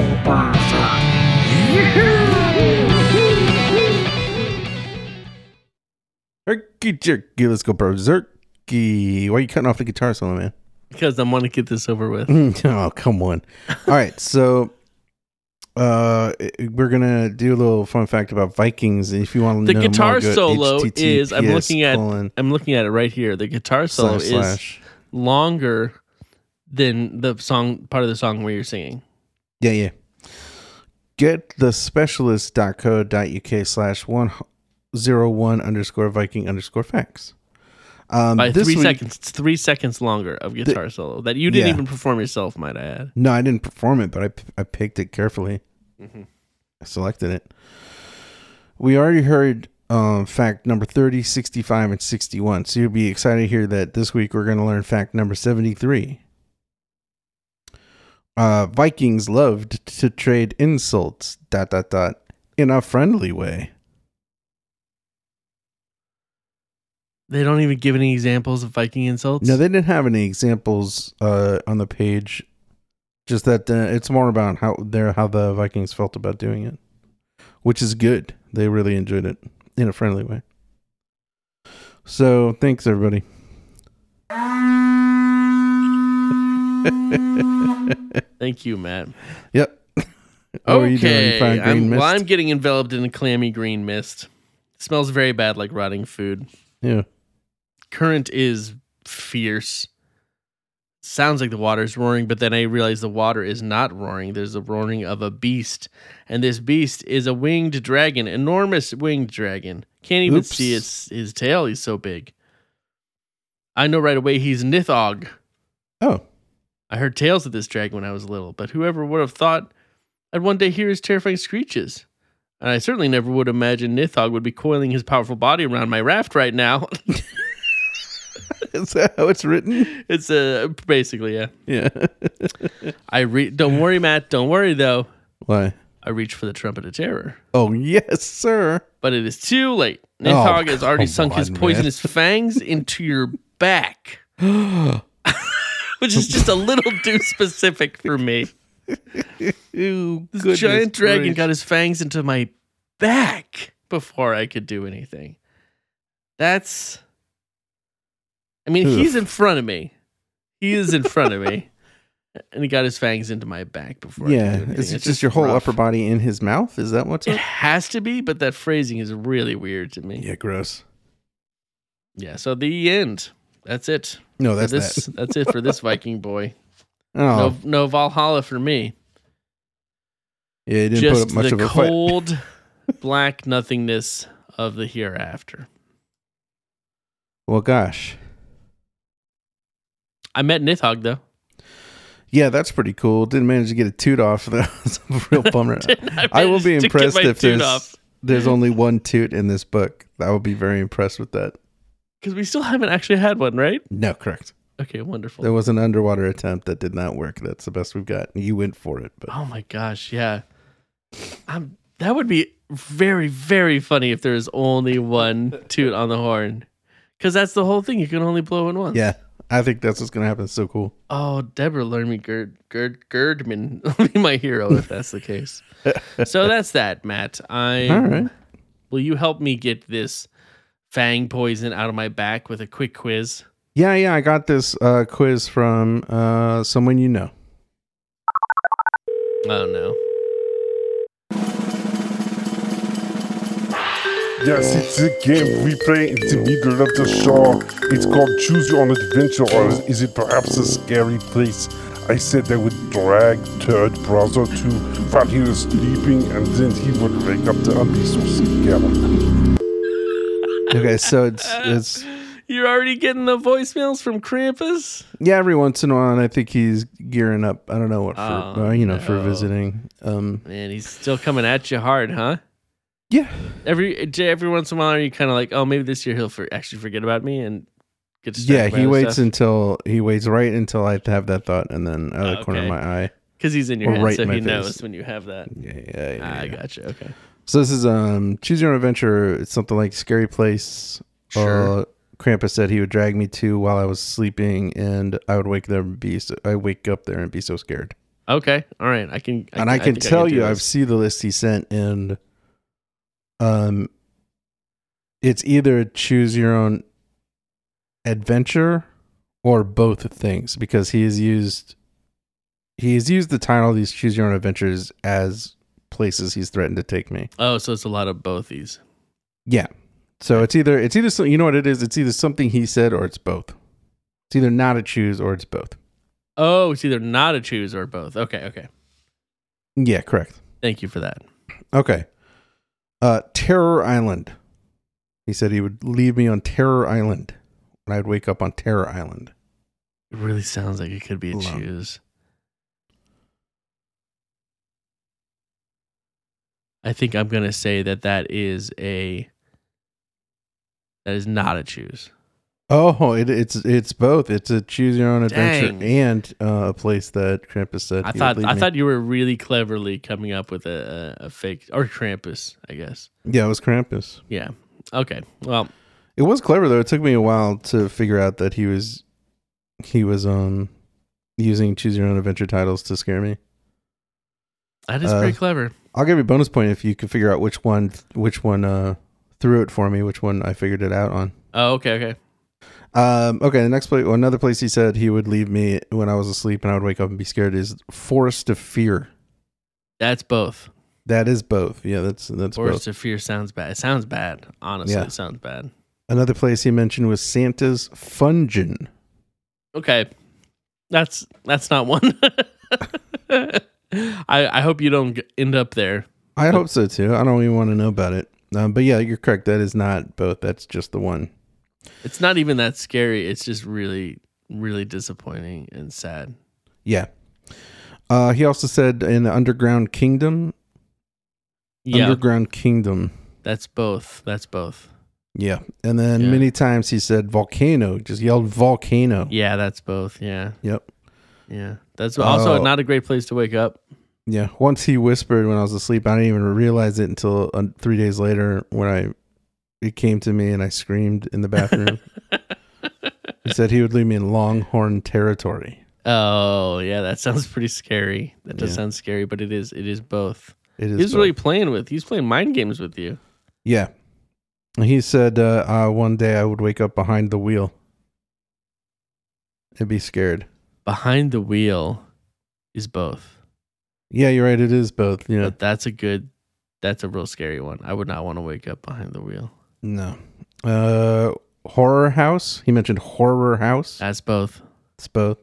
[SPEAKER 2] Herky jerky, let's go berserky. Why are you cutting off the guitar solo, man?
[SPEAKER 3] Because I want to get this over with.
[SPEAKER 2] [laughs] oh, come on. All right, so uh we're gonna do a little fun fact about Vikings. If you want to
[SPEAKER 3] The
[SPEAKER 2] know
[SPEAKER 3] guitar
[SPEAKER 2] more, go to
[SPEAKER 3] solo is- I'm
[SPEAKER 2] HTTPS
[SPEAKER 3] looking at-
[SPEAKER 2] colon
[SPEAKER 3] I'm looking at it right here. The guitar solo
[SPEAKER 2] slash
[SPEAKER 3] is
[SPEAKER 2] slash.
[SPEAKER 3] longer than the song part of the song where you're singing.
[SPEAKER 2] Yeah, yeah. Get the specialist.co.uk slash one zero one underscore Viking underscore facts. Um,
[SPEAKER 3] By
[SPEAKER 2] this
[SPEAKER 3] three
[SPEAKER 2] week-
[SPEAKER 3] seconds. It's three seconds longer of guitar solo that you didn't
[SPEAKER 2] Yeah.
[SPEAKER 3] even perform yourself, might I add.
[SPEAKER 2] No, I didn't perform it, but I, p- I picked it carefully. I selected it. We already heard um, fact number 30, 65, and 61. So you'll be excited to hear that this week we're going to learn fact number 73. Uh, Vikings loved to trade insults, dot, dot, dot, in a friendly way.
[SPEAKER 3] They don't even give any examples of Viking insults.
[SPEAKER 2] No, they didn't have any examples uh, on the page. Just that uh, it's more about how their how the Vikings felt about doing it, which is good. They really enjoyed it in a friendly way. So thanks everybody.
[SPEAKER 3] Thank you, Matt.
[SPEAKER 2] Yep. [laughs] How are you doing? You
[SPEAKER 3] okay.
[SPEAKER 2] find green
[SPEAKER 3] I'm,
[SPEAKER 2] mist?
[SPEAKER 3] Well, I'm getting enveloped in a clammy green mist. smells very bad like rotting food.
[SPEAKER 2] yeah.
[SPEAKER 3] current is fierce. Sounds like the water's roaring, but then I realize the water is not roaring. There's the roaring of a beast. And this beast is a winged dragon, enormous winged dragon. Can't even
[SPEAKER 2] Oops.
[SPEAKER 3] see his, his tail. He's so big. I know right away he's Nithog.
[SPEAKER 2] Oh, [laughs]
[SPEAKER 3] I heard tales of this dragon when I was little, but whoever would have thought I'd one day hear his terrifying screeches? And I certainly never would imagine Nithog would be coiling his powerful body around my raft right now. [laughs]
[SPEAKER 2] is that how it's written? [laughs]
[SPEAKER 3] it's uh, basically, yeah.
[SPEAKER 2] Yeah.
[SPEAKER 3] I re- don't worry, Matt. Don't worry though.
[SPEAKER 2] Why?
[SPEAKER 3] I reach for the trumpet of terror,
[SPEAKER 2] Oh yes, sir.
[SPEAKER 3] but it is too late. Nithog has already
[SPEAKER 2] Oh, come
[SPEAKER 3] sunk his
[SPEAKER 2] on, man. [laughs]
[SPEAKER 3] poisonous fangs into your
[SPEAKER 2] [gasps]
[SPEAKER 3] back, which is just a little too specific for me.
[SPEAKER 2] Ew,
[SPEAKER 3] This giant dragon got his fangs into my back before I could do anything. That's. I mean,
[SPEAKER 2] Oof.
[SPEAKER 3] he's in front of me. He is in front
[SPEAKER 2] [laughs]
[SPEAKER 3] of me. And he got his fangs into my back before. I
[SPEAKER 2] Yeah,
[SPEAKER 3] could do anything.
[SPEAKER 2] is it
[SPEAKER 3] It's
[SPEAKER 2] just, your whole
[SPEAKER 3] rough.
[SPEAKER 2] upper body in his mouth? Is that what's
[SPEAKER 3] It [laughs]
[SPEAKER 2] up?
[SPEAKER 3] has to be, but that phrasing is really weird to me. Yeah.
[SPEAKER 2] Yeah, gross.
[SPEAKER 3] so the end. That's it.
[SPEAKER 2] No,
[SPEAKER 3] For
[SPEAKER 2] that's
[SPEAKER 3] this.
[SPEAKER 2] that.
[SPEAKER 3] That's it for this Viking boy.
[SPEAKER 2] [laughs] Oh,
[SPEAKER 3] No, no Valhalla for me.
[SPEAKER 2] yeah, he didn't
[SPEAKER 3] Just
[SPEAKER 2] put up much
[SPEAKER 3] the
[SPEAKER 2] of a fight. [laughs]
[SPEAKER 3] cold, black nothingness of the hereafter.
[SPEAKER 2] Well, gosh,
[SPEAKER 3] I met Nithog though. [laughs]
[SPEAKER 2] yeah, that's pretty cool. Didn't manage to get a toot off. That [laughs] was a
[SPEAKER 3] [laughs]
[SPEAKER 2] real bummer.
[SPEAKER 3] I
[SPEAKER 2] I will
[SPEAKER 3] managed
[SPEAKER 2] be
[SPEAKER 3] to get
[SPEAKER 2] impressed
[SPEAKER 3] my
[SPEAKER 2] if
[SPEAKER 3] toot
[SPEAKER 2] there's
[SPEAKER 3] off.
[SPEAKER 2] there's only one toot in this book. I would be very impressed with that.
[SPEAKER 3] because we still haven't actually had one, right?
[SPEAKER 2] No, correct.
[SPEAKER 3] Okay, wonderful.
[SPEAKER 2] There was an underwater attempt that did not work. That's the best we've got. You went for it, but
[SPEAKER 3] Oh my gosh, yeah. I'm, that would be very, very funny if there is
[SPEAKER 2] [laughs]
[SPEAKER 3] only one toot on the horn. Because that's the whole thing. You can only blow in once.
[SPEAKER 2] yeah, I think that's what's gonna happen. It's so cool.
[SPEAKER 3] Oh, Deborah learned me Gerd, Gerd, Gerdman. [laughs] will be my hero if that's
[SPEAKER 2] [laughs]
[SPEAKER 3] the case. so that's that, Matt. I
[SPEAKER 2] All right.
[SPEAKER 3] Will you help me get this fang poison out of my back with a quick quiz?
[SPEAKER 2] Yeah, yeah, I got this uh, quiz from uh, someone you know.
[SPEAKER 3] Oh no.
[SPEAKER 5] Yes, it's a game we play in the middle of the show. It's called Choose Your Own Adventure, or is it perhaps a scary place? I said I would drag third brother to while he was sleeping, and then he would wake up the ambitious together.
[SPEAKER 2] Okay, so
[SPEAKER 3] [laughs]
[SPEAKER 2] it's it's
[SPEAKER 3] You're already getting the voicemails from Krampus?
[SPEAKER 2] yeah. Every once in a while, and I think he's gearing up. I don't know what for
[SPEAKER 3] Oh,
[SPEAKER 2] uh, you know for
[SPEAKER 3] no.
[SPEAKER 2] visiting. Um,
[SPEAKER 3] Man, he's still coming at you hard, huh?
[SPEAKER 2] yeah,
[SPEAKER 3] Every Jay, every once in a while, are you kind of like, oh, maybe this year he'll for, actually forget about me and get
[SPEAKER 2] yeah.
[SPEAKER 3] distracted
[SPEAKER 2] He waits until he waits right until I have that thought, and then out of the corner of
[SPEAKER 3] Okay.
[SPEAKER 2] my eye.
[SPEAKER 3] because he's in your
[SPEAKER 2] or
[SPEAKER 3] head,
[SPEAKER 2] right
[SPEAKER 3] so
[SPEAKER 2] in my
[SPEAKER 3] he
[SPEAKER 2] face.
[SPEAKER 3] knows when you have that.
[SPEAKER 2] Yeah, yeah, yeah.
[SPEAKER 3] Ah, I
[SPEAKER 2] yeah.
[SPEAKER 3] gotcha. Okay,
[SPEAKER 2] So this is um choose your own adventure. It's something like scary place.
[SPEAKER 3] Sure.
[SPEAKER 2] Uh, Krampus said he would drag me to while I was sleeping, and I would wake there and be so, I wake up there and be so scared.
[SPEAKER 3] okay, all right. I can,
[SPEAKER 2] and I can
[SPEAKER 3] think
[SPEAKER 2] tell
[SPEAKER 3] do
[SPEAKER 2] you, I
[SPEAKER 3] this.
[SPEAKER 2] see the list he sent, and um, it's either choose your own adventure or both things because he has used he has used the title of these choose your own adventures as places he's threatened to take me.
[SPEAKER 3] Oh, so it's a lot of both these.
[SPEAKER 2] Yeah. So it's either it's either so- you know what it is. It's either something he said or it's both. It's either not a choose or it's both.
[SPEAKER 3] Oh, it's either not a choose or both. Okay, okay.
[SPEAKER 2] Yeah, correct.
[SPEAKER 3] Thank you for that.
[SPEAKER 2] Okay. Uh, Terror Island. He said he would leave me on Terror Island, and I'd wake up on Terror Island.
[SPEAKER 3] It really sounds like it could be a
[SPEAKER 2] Love.
[SPEAKER 3] choose. I think I'm gonna say that that is a that is not a choose.
[SPEAKER 2] Oh, it, it's it's both. It's a choose your own adventure
[SPEAKER 3] Dang.
[SPEAKER 2] and uh, a place that Krampus said.
[SPEAKER 3] I
[SPEAKER 2] he would
[SPEAKER 3] thought
[SPEAKER 2] leave
[SPEAKER 3] I
[SPEAKER 2] me.
[SPEAKER 3] thought you were really cleverly coming up with a, a, a fake or Krampus, I guess.
[SPEAKER 2] Yeah, it was Krampus.
[SPEAKER 3] Yeah. Okay. Well,
[SPEAKER 2] It was clever though. It took me a while to figure out that he was he was um using choose your own adventure titles to scare me.
[SPEAKER 3] that is
[SPEAKER 2] Uh,
[SPEAKER 3] pretty clever.
[SPEAKER 2] I'll give you a bonus point if you can figure out which one which one uh threw it for me, which one I figured it out on.
[SPEAKER 3] Oh, okay, okay.
[SPEAKER 2] Um okay, the next place well, another place he said he would leave me when I was asleep and I would wake up and be scared is Forest of Fear.
[SPEAKER 3] That's both.
[SPEAKER 2] That is both. Yeah, that's that's both.
[SPEAKER 3] Forest of Fear sounds bad. It sounds bad. Honestly,
[SPEAKER 2] Yeah.
[SPEAKER 3] it sounds bad.
[SPEAKER 2] Another place he mentioned was Santa's Fungin.
[SPEAKER 3] Okay. That's that's not one. [laughs] I I hope you don't g- end up there.
[SPEAKER 2] I hope so too. I don't even want to know about it. Um, but yeah, you're correct. That is not both. That's just the one.
[SPEAKER 3] It's not even that scary. It's just really really disappointing and sad.
[SPEAKER 2] Yeah. Uh, he also said in the Underground Kingdom.
[SPEAKER 3] Yeah.
[SPEAKER 2] Underground Kingdom.
[SPEAKER 3] that's both. That's both.
[SPEAKER 2] Yeah. And then
[SPEAKER 3] Yeah.
[SPEAKER 2] many times he said volcano, just yelled volcano.
[SPEAKER 3] Yeah, that's both. Yeah.
[SPEAKER 2] Yep.
[SPEAKER 3] Yeah. That's also
[SPEAKER 2] Oh.
[SPEAKER 3] not a great place to wake up.
[SPEAKER 2] Yeah. Once he whispered when I was asleep, I didn't even realize it until uh, three days later when I it came to me and I screamed in the bathroom. he said he would leave me in Longhorn territory.
[SPEAKER 3] Oh, yeah, that [laughs] sounds pretty scary. That does
[SPEAKER 2] Yeah.
[SPEAKER 3] sound scary, but it is it is both.
[SPEAKER 2] It is
[SPEAKER 3] He's
[SPEAKER 2] both.
[SPEAKER 3] really playing with. He's playing mind games with you.
[SPEAKER 2] yeah. And He said uh, uh, one day I would wake up behind the wheel and be scared.
[SPEAKER 3] Behind the wheel is both.
[SPEAKER 2] Yeah, you're right. It is both. Yeah.
[SPEAKER 3] But that's a good that's a real scary one. I would not want to wake up behind the wheel.
[SPEAKER 2] No. Uh, horror house. He mentioned horror house.
[SPEAKER 3] That's both.
[SPEAKER 2] It's both.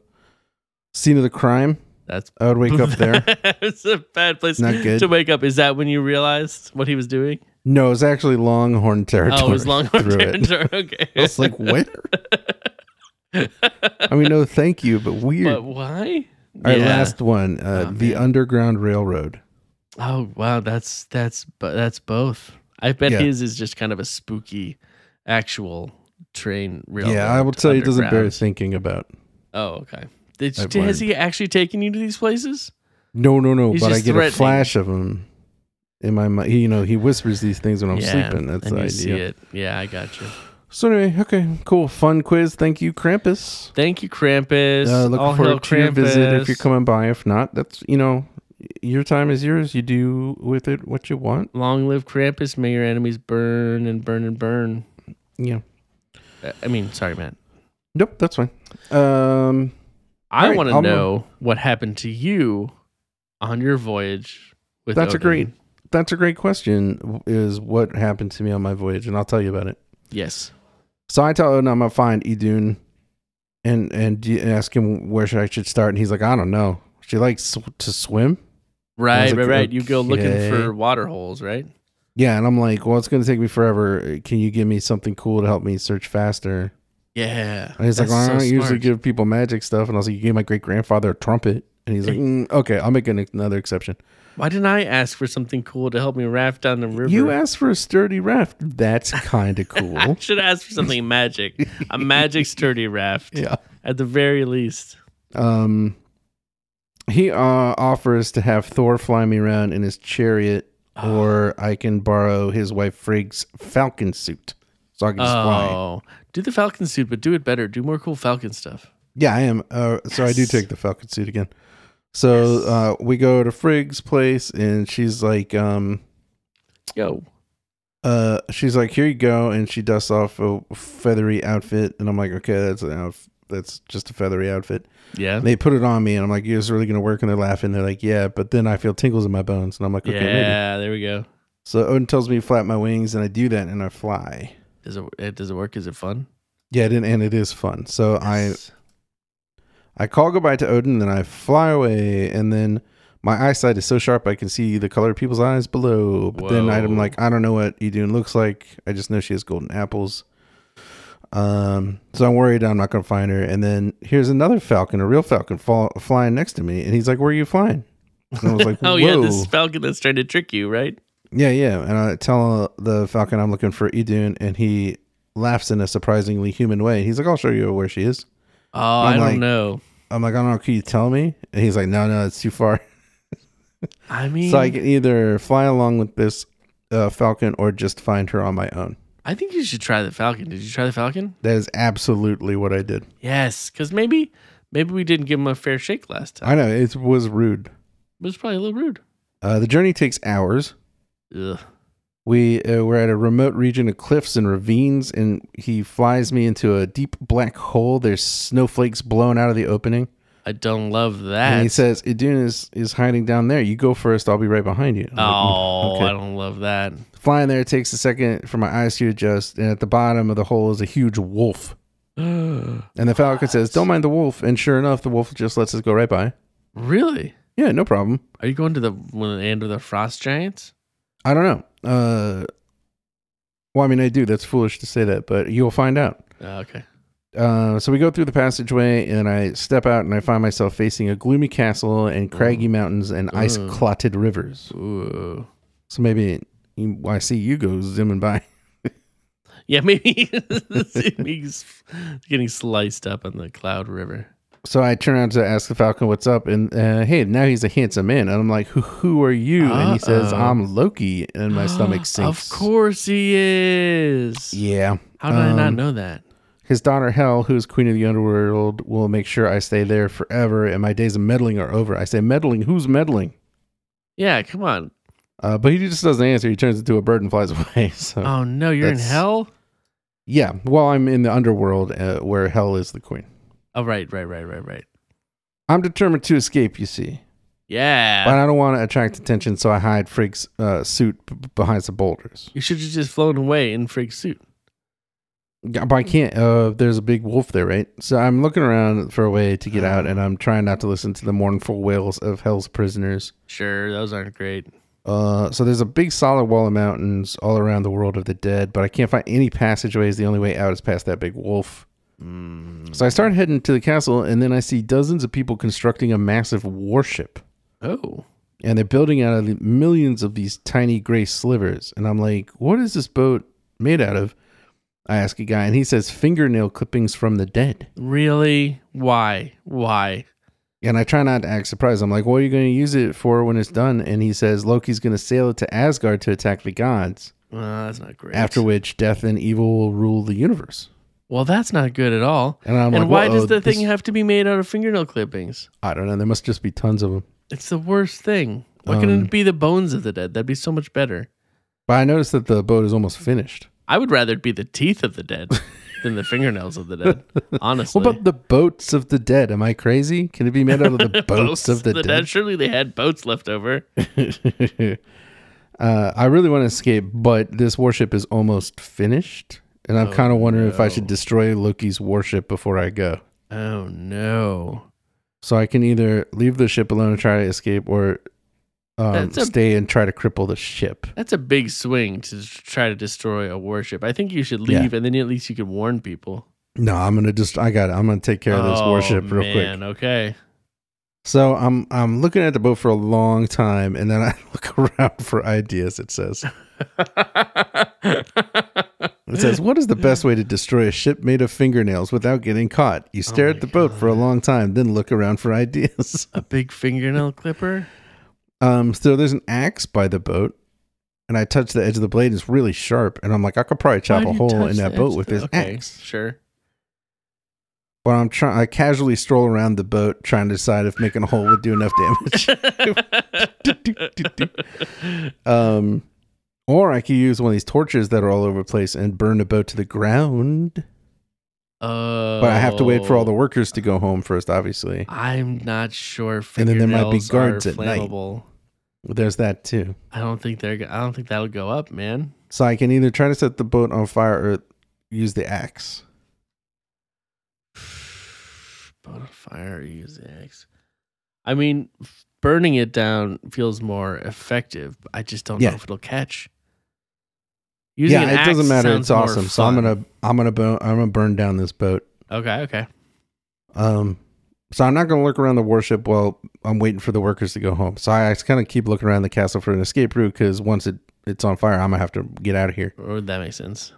[SPEAKER 2] Scene of the crime.
[SPEAKER 3] That's [laughs]
[SPEAKER 2] I would wake up there.
[SPEAKER 3] it's a bad place
[SPEAKER 2] Not good.
[SPEAKER 3] to wake up. Is that when you realized what he was doing?
[SPEAKER 2] No, it's actually Longhorn territory.
[SPEAKER 3] Oh, it was long
[SPEAKER 2] Through it.
[SPEAKER 3] territory. [laughs] Okay.
[SPEAKER 2] I was like, where? I mean, no, thank you, but weird.
[SPEAKER 3] but why?
[SPEAKER 2] All right,
[SPEAKER 3] Yeah.
[SPEAKER 2] last one. Uh,
[SPEAKER 3] Oh,
[SPEAKER 2] the
[SPEAKER 3] man.
[SPEAKER 2] Underground Railroad.
[SPEAKER 3] Oh wow, that's that's but that's both. I bet
[SPEAKER 2] Yeah.
[SPEAKER 3] his is just kind of a spooky, actual train railroad.
[SPEAKER 2] yeah, I will tell you, it doesn't bear
[SPEAKER 3] underground.
[SPEAKER 2] thinking about.
[SPEAKER 3] Oh okay. Did,
[SPEAKER 2] I've
[SPEAKER 3] you- has
[SPEAKER 2] learned.
[SPEAKER 3] he actually taken you to these places?
[SPEAKER 2] No, no, no.
[SPEAKER 3] He's
[SPEAKER 2] but I
[SPEAKER 3] just
[SPEAKER 2] get a
[SPEAKER 3] threatening.
[SPEAKER 2] flash of him in my mind. He, you know, he whispers these things when I'm sleeping. That's
[SPEAKER 3] and
[SPEAKER 2] the
[SPEAKER 3] you
[SPEAKER 2] idea.
[SPEAKER 3] see it. Yeah, I got you.
[SPEAKER 2] So anyway, okay, cool, fun quiz. Thank you, Krampus.
[SPEAKER 3] Thank you, Krampus.
[SPEAKER 2] Uh, looking
[SPEAKER 3] All hail
[SPEAKER 2] forward to your visit if
[SPEAKER 3] Krampus.
[SPEAKER 2] you're coming by. If not, that's you know, your time is yours. You do with it what you want.
[SPEAKER 3] Long live Krampus. May your enemies burn and burn and burn.
[SPEAKER 2] Yeah.
[SPEAKER 3] Uh, I mean, sorry, man.
[SPEAKER 2] Nope, that's fine. Um,
[SPEAKER 3] I
[SPEAKER 2] right,
[SPEAKER 3] want
[SPEAKER 2] I'll
[SPEAKER 3] to
[SPEAKER 2] move.
[SPEAKER 3] know what happened to you on your voyage with
[SPEAKER 2] That's a
[SPEAKER 3] Odin?
[SPEAKER 2] great that's a great question. Is what happened to me on my voyage, and I'll tell you about it.
[SPEAKER 3] Yes.
[SPEAKER 2] So I tell Odin I'm gonna find Idun, and and d- and ask him where should I should start, and he's like, I don't know. She likes sw- to swim.
[SPEAKER 3] Right,
[SPEAKER 2] like,
[SPEAKER 3] right, right. You go looking
[SPEAKER 2] okay.
[SPEAKER 3] for water holes, right?
[SPEAKER 2] Yeah, and I'm like, well, it's gonna take me forever. Can you give me something cool to help me search faster?
[SPEAKER 3] Yeah.
[SPEAKER 2] And he's like,
[SPEAKER 3] That's
[SPEAKER 2] well, I don't
[SPEAKER 3] so
[SPEAKER 2] usually
[SPEAKER 3] smart.
[SPEAKER 2] give people magic stuff, and I was like, you gave my great grandfather a trumpet, and he's like, mm, okay, I'll make an, another exception.
[SPEAKER 3] Why didn't I ask for something cool to help me raft down the river? [laughs]
[SPEAKER 2] You asked for a sturdy raft. That's kind of cool.
[SPEAKER 3] I should ask
[SPEAKER 2] [laughs]
[SPEAKER 3] for something magic. A magic sturdy raft.
[SPEAKER 2] yeah.
[SPEAKER 3] At the very least.
[SPEAKER 2] Um, he uh, offers to have Thor fly me around in his chariot,
[SPEAKER 3] Ah.
[SPEAKER 2] or I can borrow his wife Frigg's falcon suit, so I can just fly.
[SPEAKER 3] Oh. Do the falcon suit, but do it better. Do more cool falcon stuff.
[SPEAKER 2] Yeah, I am. Uh, so I do
[SPEAKER 3] Yes.
[SPEAKER 2] take the falcon suit again. So
[SPEAKER 3] Yes.
[SPEAKER 2] uh, we go to Frigg's place, and she's like, um,
[SPEAKER 3] Yo.
[SPEAKER 2] uh, she's like, here you go, and she dusts off a feathery outfit, and I'm like, okay, that's an outf- that's just a feathery outfit.
[SPEAKER 3] Yeah.
[SPEAKER 2] And they put it on me, and I'm like, "You're just really gonna work?" And they're laughing. They're like, "Yeah," but then I feel tingles in my bones, and I'm like, "Okay, maybe."
[SPEAKER 3] yeah, there we go.
[SPEAKER 2] So Odin tells me to flap my wings, and I do that, and I fly.
[SPEAKER 3] Does it, it does it work? Is it fun?
[SPEAKER 2] Yeah, it, and it is fun. So I I call goodbye to Odin, then I fly away, and then my eyesight is so sharp I can see the color of people's eyes below. But then I'm
[SPEAKER 3] Whoa.
[SPEAKER 2] like, I don't know what Idun looks like. I just know she has golden apples. Um, so I'm worried I'm not gonna find her. And then here's another falcon, a real falcon, fall, flying next to me, and he's like, "Where are you flying?" And I was like,
[SPEAKER 3] [laughs] oh
[SPEAKER 2] "Whoa,
[SPEAKER 3] yeah, this falcon that's trying to trick you, right?
[SPEAKER 2] Yeah, yeah. And I tell uh, the Falcon I'm looking for Idun, and he laughs in a surprisingly human way. He's like, I'll show you where she is.
[SPEAKER 3] Oh, I'm I do not
[SPEAKER 2] like-
[SPEAKER 3] know.
[SPEAKER 2] I'm like, I don't know. Can you tell me? And he's like, No, no, it's too far. [laughs]
[SPEAKER 3] I mean,
[SPEAKER 2] So I can either fly along with this uh, Falcon or just find her on my own.
[SPEAKER 3] I think you should try the falcon. Did you try the falcon?
[SPEAKER 2] That is absolutely what I did.
[SPEAKER 3] Yes, because maybe maybe we didn't give him a fair shake last time.
[SPEAKER 2] I know it was rude.
[SPEAKER 3] It was probably a little rude.
[SPEAKER 2] Uh, the journey takes hours.
[SPEAKER 3] Ugh.
[SPEAKER 2] We uh, we're at a remote region of cliffs and ravines, and he flies me into a deep black hole. There's snowflakes blown out of the opening.
[SPEAKER 3] I don't love that.
[SPEAKER 2] And he says, Idun is, is hiding down there. You go first. I'll be right behind you. I'm like, mm,
[SPEAKER 3] "Oh,
[SPEAKER 2] okay.
[SPEAKER 3] I don't love that." [gasps]
[SPEAKER 2] Flying there takes a second for my eyes to adjust. And at the bottom of the hole is a huge wolf. And the falcon says, Don't mind the wolf. And sure enough, the wolf just lets us go right by.
[SPEAKER 3] really?
[SPEAKER 2] Yeah, no problem.
[SPEAKER 3] Are you going to the one end of the frost giants?
[SPEAKER 2] I don't know. Uh, well, I mean, I do. That's foolish to say that, but you'll find out.
[SPEAKER 3] Oh, okay.
[SPEAKER 2] Uh, so we go through the passageway, and I step out, and I find myself facing a gloomy castle and
[SPEAKER 3] Mm.
[SPEAKER 2] craggy mountains and ice clotted rivers.
[SPEAKER 3] Ooh.
[SPEAKER 2] So maybe you- I see you go zooming by.
[SPEAKER 3] Yeah, [laughs] maybe he's getting sliced up on the cloud river.
[SPEAKER 2] So I turn around to ask the Falcon what's up, and uh, hey, now he's a handsome man. And I'm like, who, who are you? And he says,
[SPEAKER 3] Uh-oh.
[SPEAKER 2] I'm Loki, and
[SPEAKER 3] [gasps]
[SPEAKER 2] my stomach sinks.
[SPEAKER 3] Of course he is.
[SPEAKER 2] Yeah.
[SPEAKER 3] How did I not
[SPEAKER 2] Um,
[SPEAKER 3] know that?
[SPEAKER 2] His daughter Hel, who is queen of the underworld, will make sure I stay there forever, and my days of meddling are over. I say, meddling? Who's meddling?
[SPEAKER 3] Yeah, come on.
[SPEAKER 2] Uh, but he just doesn't answer. He turns into a bird and flies [laughs] away. So
[SPEAKER 3] Oh no, you're in
[SPEAKER 2] uh, that's-
[SPEAKER 3] hell.
[SPEAKER 2] yeah, well, I'm in the underworld uh, where Hel is the queen.
[SPEAKER 3] Oh right, right, right, right, right.
[SPEAKER 2] I'm determined to escape. You see.
[SPEAKER 3] Yeah.
[SPEAKER 2] But I don't want to attract attention, so I hide Frigg's uh, suit b- behind some boulders.
[SPEAKER 3] you should have just flown away in Frig's suit.
[SPEAKER 2] Yeah, But I can't. Uh, there's a big wolf there, right? So I'm looking around for a way to get out, and I'm trying not to listen to the mournful wails of hell's prisoners.
[SPEAKER 3] Sure, those aren't great.
[SPEAKER 2] Uh, so there's a big solid wall of mountains all around the world of the dead, but I can't find any passageways. The only way out is past that big wolf. So I start heading to the castle, and then I see dozens of people constructing a massive warship.
[SPEAKER 3] Oh.
[SPEAKER 2] and they're building out of the millions of these tiny gray slivers. And I'm like, what is this boat made out of? I ask a guy, and he says fingernail clippings from the dead.
[SPEAKER 3] Really? Why? Why?
[SPEAKER 2] And I try not to act surprised. I'm like, what are you going to use it for when it's done? And he says Loki's going to sail it to Asgard to attack the gods,
[SPEAKER 3] Uh, that's not great.
[SPEAKER 2] after which death and evil will rule the universe.
[SPEAKER 3] well, that's not good at all.
[SPEAKER 2] And I'm
[SPEAKER 3] and
[SPEAKER 2] like,
[SPEAKER 3] why
[SPEAKER 2] "Whoa,
[SPEAKER 3] does the
[SPEAKER 2] this-
[SPEAKER 3] thing have to be made out of fingernail clippings?
[SPEAKER 2] I don't know. There must just be tons of them.
[SPEAKER 3] It's the worst thing. Why
[SPEAKER 2] Um,
[SPEAKER 3] couldn't it be the bones of the dead? That'd be so much better.
[SPEAKER 2] But I noticed that the boat is almost finished. [laughs]
[SPEAKER 3] I would rather it be the teeth of the dead. than the fingernails of the dead. Honestly,
[SPEAKER 2] What about the boats of the dead? Am I crazy? Can it be made out of [laughs]
[SPEAKER 3] [laughs]
[SPEAKER 2] the boats, of the, dead?
[SPEAKER 3] Surely they had boats left
[SPEAKER 2] [laughs]
[SPEAKER 3] over.
[SPEAKER 2] uh, I really want to escape, but this warship is almost finished, and I'm kind of wondering if I should destroy Loki's warship before I go.
[SPEAKER 3] Oh no!
[SPEAKER 2] So I can either leave the ship alone and try to escape, or um,
[SPEAKER 3] That's a-
[SPEAKER 2] stay and try to cripple the ship.
[SPEAKER 3] That's a big swing to s- try to destroy a warship. I think you should
[SPEAKER 2] Yeah.
[SPEAKER 3] leave, and then at least you can warn people.
[SPEAKER 2] No, I'm gonna just. I got. It. I'm gonna take care of this
[SPEAKER 3] Oh,
[SPEAKER 2] warship real quick. [laughs]
[SPEAKER 3] man, Okay.
[SPEAKER 2] So I'm I'm looking at the boat for a long time, and then I [laughs] look around for ideas. It says it says what
[SPEAKER 3] [laughs]
[SPEAKER 2] is the best way to destroy a ship made of fingernails without getting caught? You stare
[SPEAKER 3] Oh my
[SPEAKER 2] at the boat for a
[SPEAKER 3] God.
[SPEAKER 2] long time, then look around for ideas. [laughs]
[SPEAKER 3] a big fingernail clipper.
[SPEAKER 2] Um, so there's an axe by the boat, and I touch the edge of the blade. It's really sharp, and I'm like, I could probably chop
[SPEAKER 3] Why'd
[SPEAKER 2] a
[SPEAKER 3] you
[SPEAKER 2] hole
[SPEAKER 3] touch
[SPEAKER 2] in
[SPEAKER 3] the
[SPEAKER 2] that boat
[SPEAKER 3] edge
[SPEAKER 2] with
[SPEAKER 3] of-
[SPEAKER 2] this
[SPEAKER 3] okay,
[SPEAKER 2] axe.
[SPEAKER 3] Sure. [laughs]
[SPEAKER 2] But I'm trying. I casually stroll around the boat, trying to decide if making a hole would do enough
[SPEAKER 3] [laughs]
[SPEAKER 2] damage. Um, or I could use one of these torches that are all over the place and burn the boat to the ground. [laughs]
[SPEAKER 3] Oh,
[SPEAKER 2] But I have to wait for all the workers to go home first, obviously.
[SPEAKER 3] I'm not sure.
[SPEAKER 2] And then there might be
[SPEAKER 3] fingernails
[SPEAKER 2] guards
[SPEAKER 3] are
[SPEAKER 2] at night.
[SPEAKER 3] flammable.
[SPEAKER 2] There's that too.
[SPEAKER 3] I don't think they're. go- I don't think that'll go up, man.
[SPEAKER 2] So I can either try to set the boat on fire or use the axe.
[SPEAKER 3] Boat of fire, use the axe. I mean, f- burning it down feels more effective. but I just don't
[SPEAKER 2] Yeah.
[SPEAKER 3] know if it'll catch. Using
[SPEAKER 2] yeah,
[SPEAKER 3] an
[SPEAKER 2] it doesn't
[SPEAKER 3] axe
[SPEAKER 2] matter.
[SPEAKER 3] sounds
[SPEAKER 2] It's
[SPEAKER 3] more
[SPEAKER 2] awesome. So I'm
[SPEAKER 3] fun.
[SPEAKER 2] gonna I'm gonna bo- I'm gonna burn down this boat.
[SPEAKER 3] Okay, okay.
[SPEAKER 2] Um, so I'm not gonna look around the warship while I'm waiting for the workers to go home. So I, kind of keep looking around the castle for an escape route because once it it's on fire, I'm gonna have to get out of here.
[SPEAKER 3] Or would that make sense?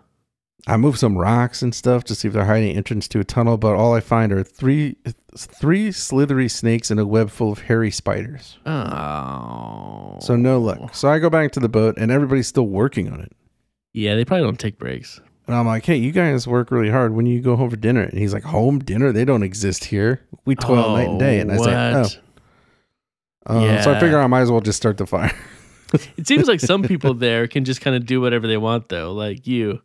[SPEAKER 2] I move some rocks and stuff to see if they're hiding entrance to a tunnel, but all I find are three three slithery snakes and a web full of hairy spiders.
[SPEAKER 3] Oh,
[SPEAKER 2] So no luck. So I go back to the boat and everybody's still working on it.
[SPEAKER 3] yeah, they probably don't take breaks.
[SPEAKER 2] And I'm like, hey, you guys work really hard. When do you go home for dinner? And he's like, home dinner? They don't exist here. We toil night and day. And I say,
[SPEAKER 3] what?
[SPEAKER 2] oh. Uh, So I
[SPEAKER 3] Yeah.
[SPEAKER 2] figure I might as well just start the fire.
[SPEAKER 3] It seems like
[SPEAKER 2] [laughs]
[SPEAKER 3] some people there can just kind of do whatever they want, though. Like you,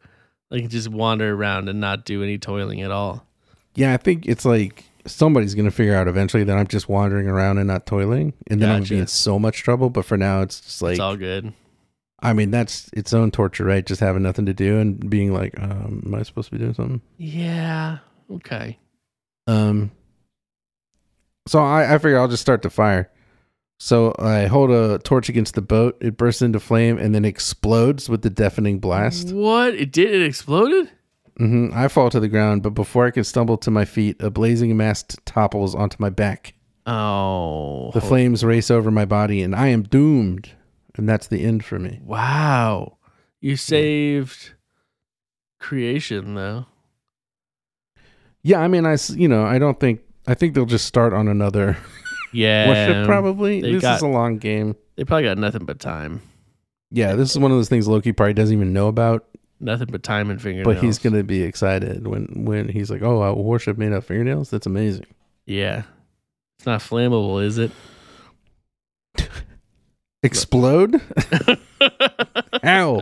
[SPEAKER 3] like just wander around and not do any toiling at all.
[SPEAKER 2] yeah, I think it's like somebody's going to figure out eventually that I'm just wandering around and not toiling. And then I'm going to
[SPEAKER 3] Gotcha.
[SPEAKER 2] be in so much trouble. But for now, it's just like,
[SPEAKER 3] it's all good.
[SPEAKER 2] I mean, that's its own torture, right? Just having nothing to do and being like, um, am I supposed to be doing something?
[SPEAKER 3] Yeah. Okay.
[SPEAKER 2] Um, so I, I figure I'll just start the fire. So I hold a torch against the boat. It bursts into flame and then explodes with the deafening blast.
[SPEAKER 3] What? It did. It exploded.
[SPEAKER 2] hmm I fall to the ground, but before I can stumble to my feet, a blazing mass topples onto my back.
[SPEAKER 3] Oh.
[SPEAKER 2] The flames race over my body, and I am doomed. And that's the end for me.
[SPEAKER 3] Wow. You saved creation, though.
[SPEAKER 2] Yeah, I mean, I s- you know I don't think I think they'll just start on another [laughs]
[SPEAKER 3] Yeah.
[SPEAKER 2] worship. Probably
[SPEAKER 3] Um, they
[SPEAKER 2] this
[SPEAKER 3] got-
[SPEAKER 2] is a long game.
[SPEAKER 3] They probably got nothing but time.
[SPEAKER 2] Yeah, this is one of those things Loki probably doesn't even know about.
[SPEAKER 3] Nothing but time and fingernails.
[SPEAKER 2] but he's gonna be excited when when he's like, "Oh, a warship made out of fingernails. That's amazing."
[SPEAKER 3] Yeah. It's not flammable, is it?
[SPEAKER 2] Explode? [laughs] Ow!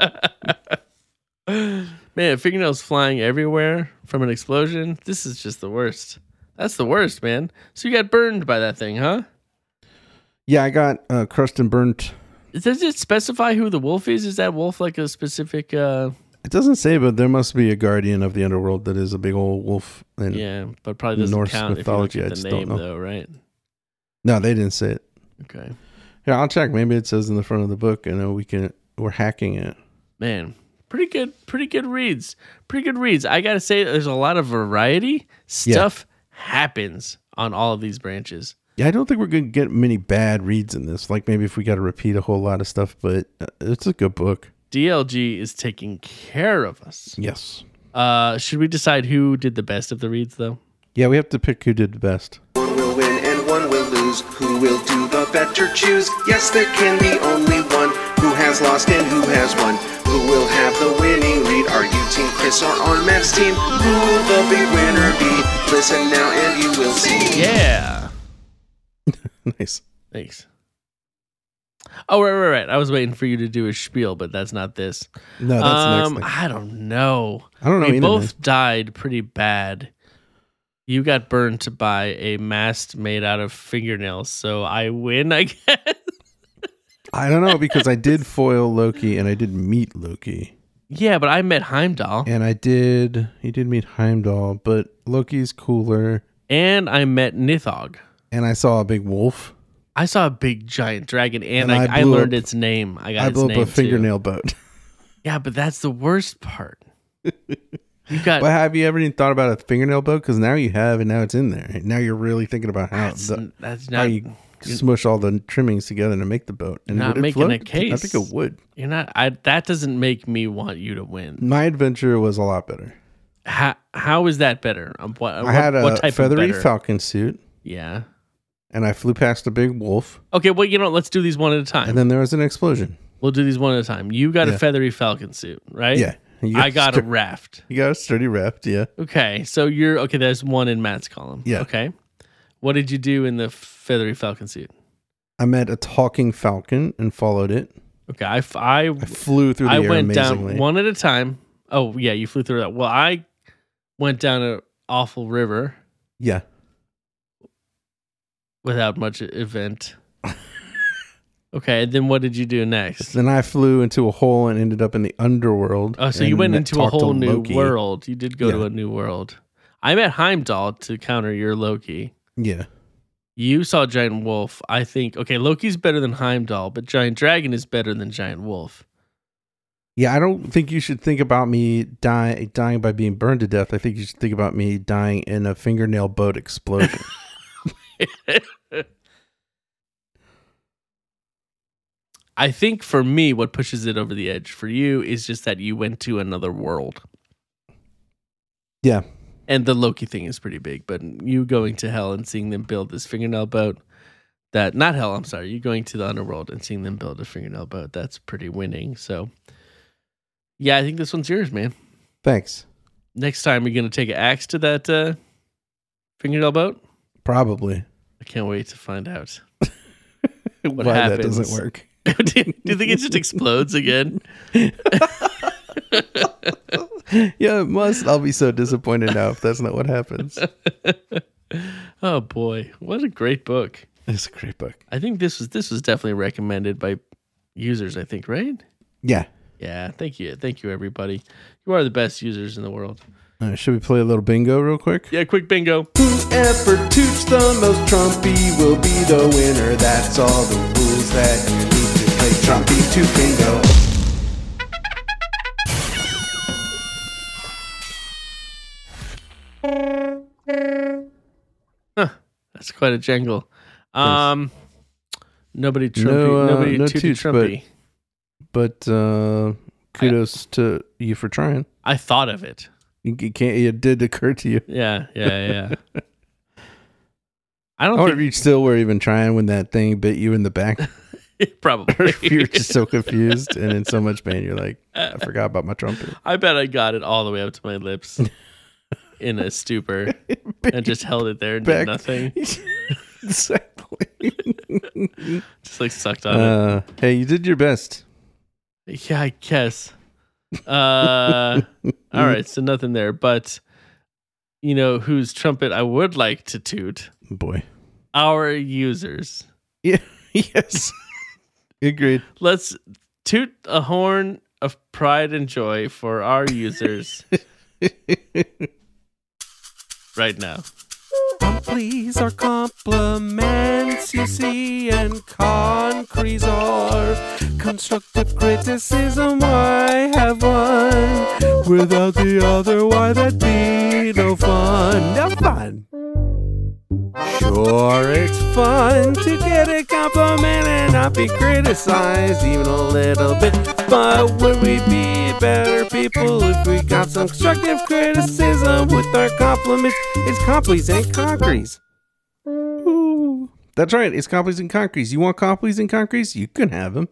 [SPEAKER 3] man, fingernails flying everywhere from an explosion. This is just the worst. That's the worst, man. So you got burned by that thing, huh?
[SPEAKER 2] Yeah, I got uh, crushed and burnt.
[SPEAKER 3] Does it specify who the wolf is? Is that wolf like a specific uh
[SPEAKER 2] It doesn't say, but there must be a guardian of the underworld that is a big old wolf. And
[SPEAKER 3] yeah, but probably doesn't
[SPEAKER 2] Norse
[SPEAKER 3] count
[SPEAKER 2] mythology,
[SPEAKER 3] if you
[SPEAKER 2] I
[SPEAKER 3] look at
[SPEAKER 2] just
[SPEAKER 3] the
[SPEAKER 2] don't
[SPEAKER 3] name
[SPEAKER 2] know.
[SPEAKER 3] though, right?
[SPEAKER 2] no, they didn't say it.
[SPEAKER 3] Okay.
[SPEAKER 2] Yeah, I'll check. Maybe it says in the front of the book, and then we can we're hacking it.
[SPEAKER 3] Man, pretty good pretty good reads. Pretty good reads. I got to say there's a lot of variety. Stuff happens on all of these branches.
[SPEAKER 2] Yeah, I don't think we're gonna get many bad reads in this. Like maybe if we got to repeat a whole lot of stuff, but uh, it's a good book.
[SPEAKER 3] DLG is taking care of us.
[SPEAKER 2] Yes.
[SPEAKER 3] Uh, should we decide who did the best of the reads, though?
[SPEAKER 2] Yeah, we have to pick who did the best. [laughs]
[SPEAKER 4] One will win and one will lose. Who will do the better choose? Yes, there can be only one. Who has lost and who has won? Who will have the winning read? Are you Team Chris or on Matt's team? Who will the big winner be? Listen now and you will see.
[SPEAKER 3] Yeah.
[SPEAKER 2] nice.
[SPEAKER 3] Thanks. Oh, right, right, right. I was waiting for you to do a spiel, but that's not this.
[SPEAKER 2] No, that's next.
[SPEAKER 3] um,
[SPEAKER 2] Thing.
[SPEAKER 3] I don't know.
[SPEAKER 2] I don't know.
[SPEAKER 3] we
[SPEAKER 2] either,
[SPEAKER 3] both
[SPEAKER 2] man.
[SPEAKER 3] died pretty bad. You got burned by a mast made out of fingernails, so I win, I [laughs] guess.
[SPEAKER 2] I don't know because I did foil Loki and I did meet Loki
[SPEAKER 3] yeah, but I met Heimdall
[SPEAKER 2] and I did he did meet Heimdall, but Loki's cooler.
[SPEAKER 3] and I met Nithog.
[SPEAKER 2] And I saw a big wolf.
[SPEAKER 3] I saw a big giant dragon, and,
[SPEAKER 2] And I
[SPEAKER 3] I, I,
[SPEAKER 2] blew
[SPEAKER 3] learned
[SPEAKER 2] up-
[SPEAKER 3] its name. I got
[SPEAKER 2] I
[SPEAKER 3] its
[SPEAKER 2] blew up
[SPEAKER 3] name
[SPEAKER 2] a
[SPEAKER 3] too.
[SPEAKER 2] fingernail boat. [laughs]
[SPEAKER 3] Yeah, but that's the worst part. You got
[SPEAKER 2] but have you ever even thought about a fingernail boat? Because now you have, and now it's in there. Now you're really thinking about how
[SPEAKER 3] that's,
[SPEAKER 2] the,
[SPEAKER 3] that's
[SPEAKER 2] how
[SPEAKER 3] not
[SPEAKER 2] you smush all the trimmings together to make the boat. And
[SPEAKER 3] Not
[SPEAKER 2] would it
[SPEAKER 3] making
[SPEAKER 2] float?
[SPEAKER 3] a
[SPEAKER 2] I
[SPEAKER 3] case.
[SPEAKER 2] think it would.
[SPEAKER 3] you're not. I that doesn't make me want you to win.
[SPEAKER 2] My adventure was a lot better.
[SPEAKER 3] How how is that better? Um, What,
[SPEAKER 2] I had
[SPEAKER 3] what,
[SPEAKER 2] a
[SPEAKER 3] what type
[SPEAKER 2] feathery
[SPEAKER 3] of better?
[SPEAKER 2] falcon suit,
[SPEAKER 3] Yeah.
[SPEAKER 2] and I flew past a big wolf,
[SPEAKER 3] Okay. Well, you know, let's do these one at a time.
[SPEAKER 2] and then there was an explosion.
[SPEAKER 3] we'll do these one at a time. You got a
[SPEAKER 2] Yeah.
[SPEAKER 3] feathery falcon suit, right?
[SPEAKER 2] yeah, you
[SPEAKER 3] I got a
[SPEAKER 2] stur-
[SPEAKER 3] raft.
[SPEAKER 2] you got a sturdy raft. Yeah,
[SPEAKER 3] Okay. So you're okay. There's one in Matt's column.
[SPEAKER 2] Yeah.
[SPEAKER 3] Okay. What did you do in the feathery falcon suit?
[SPEAKER 2] I met a talking falcon and followed it.
[SPEAKER 3] Okay. I f- I
[SPEAKER 2] I flew through the
[SPEAKER 3] I
[SPEAKER 2] air
[SPEAKER 3] went
[SPEAKER 2] amazingly.
[SPEAKER 3] down one at a time. Oh yeah, you flew through that. Well, I went down an awful river
[SPEAKER 2] yeah,
[SPEAKER 3] without
[SPEAKER 2] [laughs]
[SPEAKER 3] much event. okay, then what did you do next?
[SPEAKER 2] then I flew into a hole and ended up in the underworld.
[SPEAKER 3] Oh, so you
[SPEAKER 2] and
[SPEAKER 3] went
[SPEAKER 2] met-
[SPEAKER 3] into a
[SPEAKER 2] talked to
[SPEAKER 3] whole new
[SPEAKER 2] Loki.
[SPEAKER 3] world. You did go to
[SPEAKER 2] Yeah.
[SPEAKER 3] a new world. I met Heimdall to counter your Loki.
[SPEAKER 2] Yeah,
[SPEAKER 3] You saw Giant Wolf. I think okay, Loki's better than Heimdall, but Giant Dragon is better than Giant Wolf.
[SPEAKER 2] yeah. I don't think you should think about me die, dying by being burned to death. I think you should think about me dying in a fingernail boat explosion.
[SPEAKER 3] I think for me, what pushes it over the edge for you is just that you went to another world.
[SPEAKER 2] [laughs] yeah,
[SPEAKER 3] And the Loki thing is pretty big, but you going to hell and seeing them build this fingernail boat that, not hell, I'm sorry, you going to the underworld and seeing them build a fingernail boat, that's pretty winning. So, yeah, I think this one's yours, man.
[SPEAKER 2] thanks.
[SPEAKER 3] Next time, you're going to take an axe to that uh, fingernail boat?
[SPEAKER 2] Probably
[SPEAKER 3] I can't wait to find out.
[SPEAKER 2] [laughs] why that
[SPEAKER 3] happens?
[SPEAKER 2] doesn't work.
[SPEAKER 3] [laughs]
[SPEAKER 2] [laughs]
[SPEAKER 3] do, you, do you think it just explodes again?
[SPEAKER 2] Yeah, it must. I'll be so disappointed now if that's not what happens.
[SPEAKER 3] Oh boy, what a great book!
[SPEAKER 2] It's a great book.
[SPEAKER 3] I think this was this was definitely recommended by users. I think right?
[SPEAKER 2] Yeah.
[SPEAKER 3] Yeah, thank you, thank you, everybody. You are the best users in the world.
[SPEAKER 2] Uh, should we play a little bingo real quick?
[SPEAKER 3] Yeah, quick bingo.
[SPEAKER 4] Whoever toots the most trumpy will be the winner. That's all the rules that you need to play trumpy to bingo.
[SPEAKER 3] That's quite a jingle. Um, nobody trumpy,
[SPEAKER 2] No, uh,
[SPEAKER 3] nobody
[SPEAKER 2] no
[SPEAKER 3] tooty
[SPEAKER 2] toots,
[SPEAKER 3] trumpy.
[SPEAKER 2] But uh, kudos to you for trying.
[SPEAKER 3] I thought of it.
[SPEAKER 2] You c- can't. It did occur to you.
[SPEAKER 3] Yeah, yeah, yeah. I
[SPEAKER 2] I
[SPEAKER 3] don't
[SPEAKER 2] wonder
[SPEAKER 3] think
[SPEAKER 2] if you still were even trying when that thing bit you in the back.
[SPEAKER 3] [laughs] probably.
[SPEAKER 2] [laughs] if you're just so confused and in so much pain, you're like, I forgot about my trumpet.
[SPEAKER 3] [laughs]
[SPEAKER 2] [laughs]
[SPEAKER 3] I bet I got it all the way up to my lips in a stupor and just held it there and
[SPEAKER 2] Back.
[SPEAKER 3] did nothing.
[SPEAKER 2] [laughs] exactly.
[SPEAKER 3] Just like sucked on it.
[SPEAKER 2] Uh, hey, you did your best.
[SPEAKER 3] Yeah, I guess. Uh, all right, so nothing there. But you know whose trumpet I would like to toot?
[SPEAKER 2] Boy.
[SPEAKER 3] Our users.
[SPEAKER 2] Yeah. [laughs]
[SPEAKER 3] [laughs]
[SPEAKER 2] Yes. Agreed.
[SPEAKER 3] Let's toot a horn of pride and joy
[SPEAKER 2] [laughs]
[SPEAKER 3] for our users right now.
[SPEAKER 2] Please are compliments, you see, and concretes are constructive criticism. I have one without the other. Why that be no fun? No fun. Sure, it's fun to get a compliment and not be criticized even a little bit. But would we be better people if we got some constructive criticism with our compliments? It's complies and concretes. That's right. It's complies and concretes. You want complies and concretes? You can have them.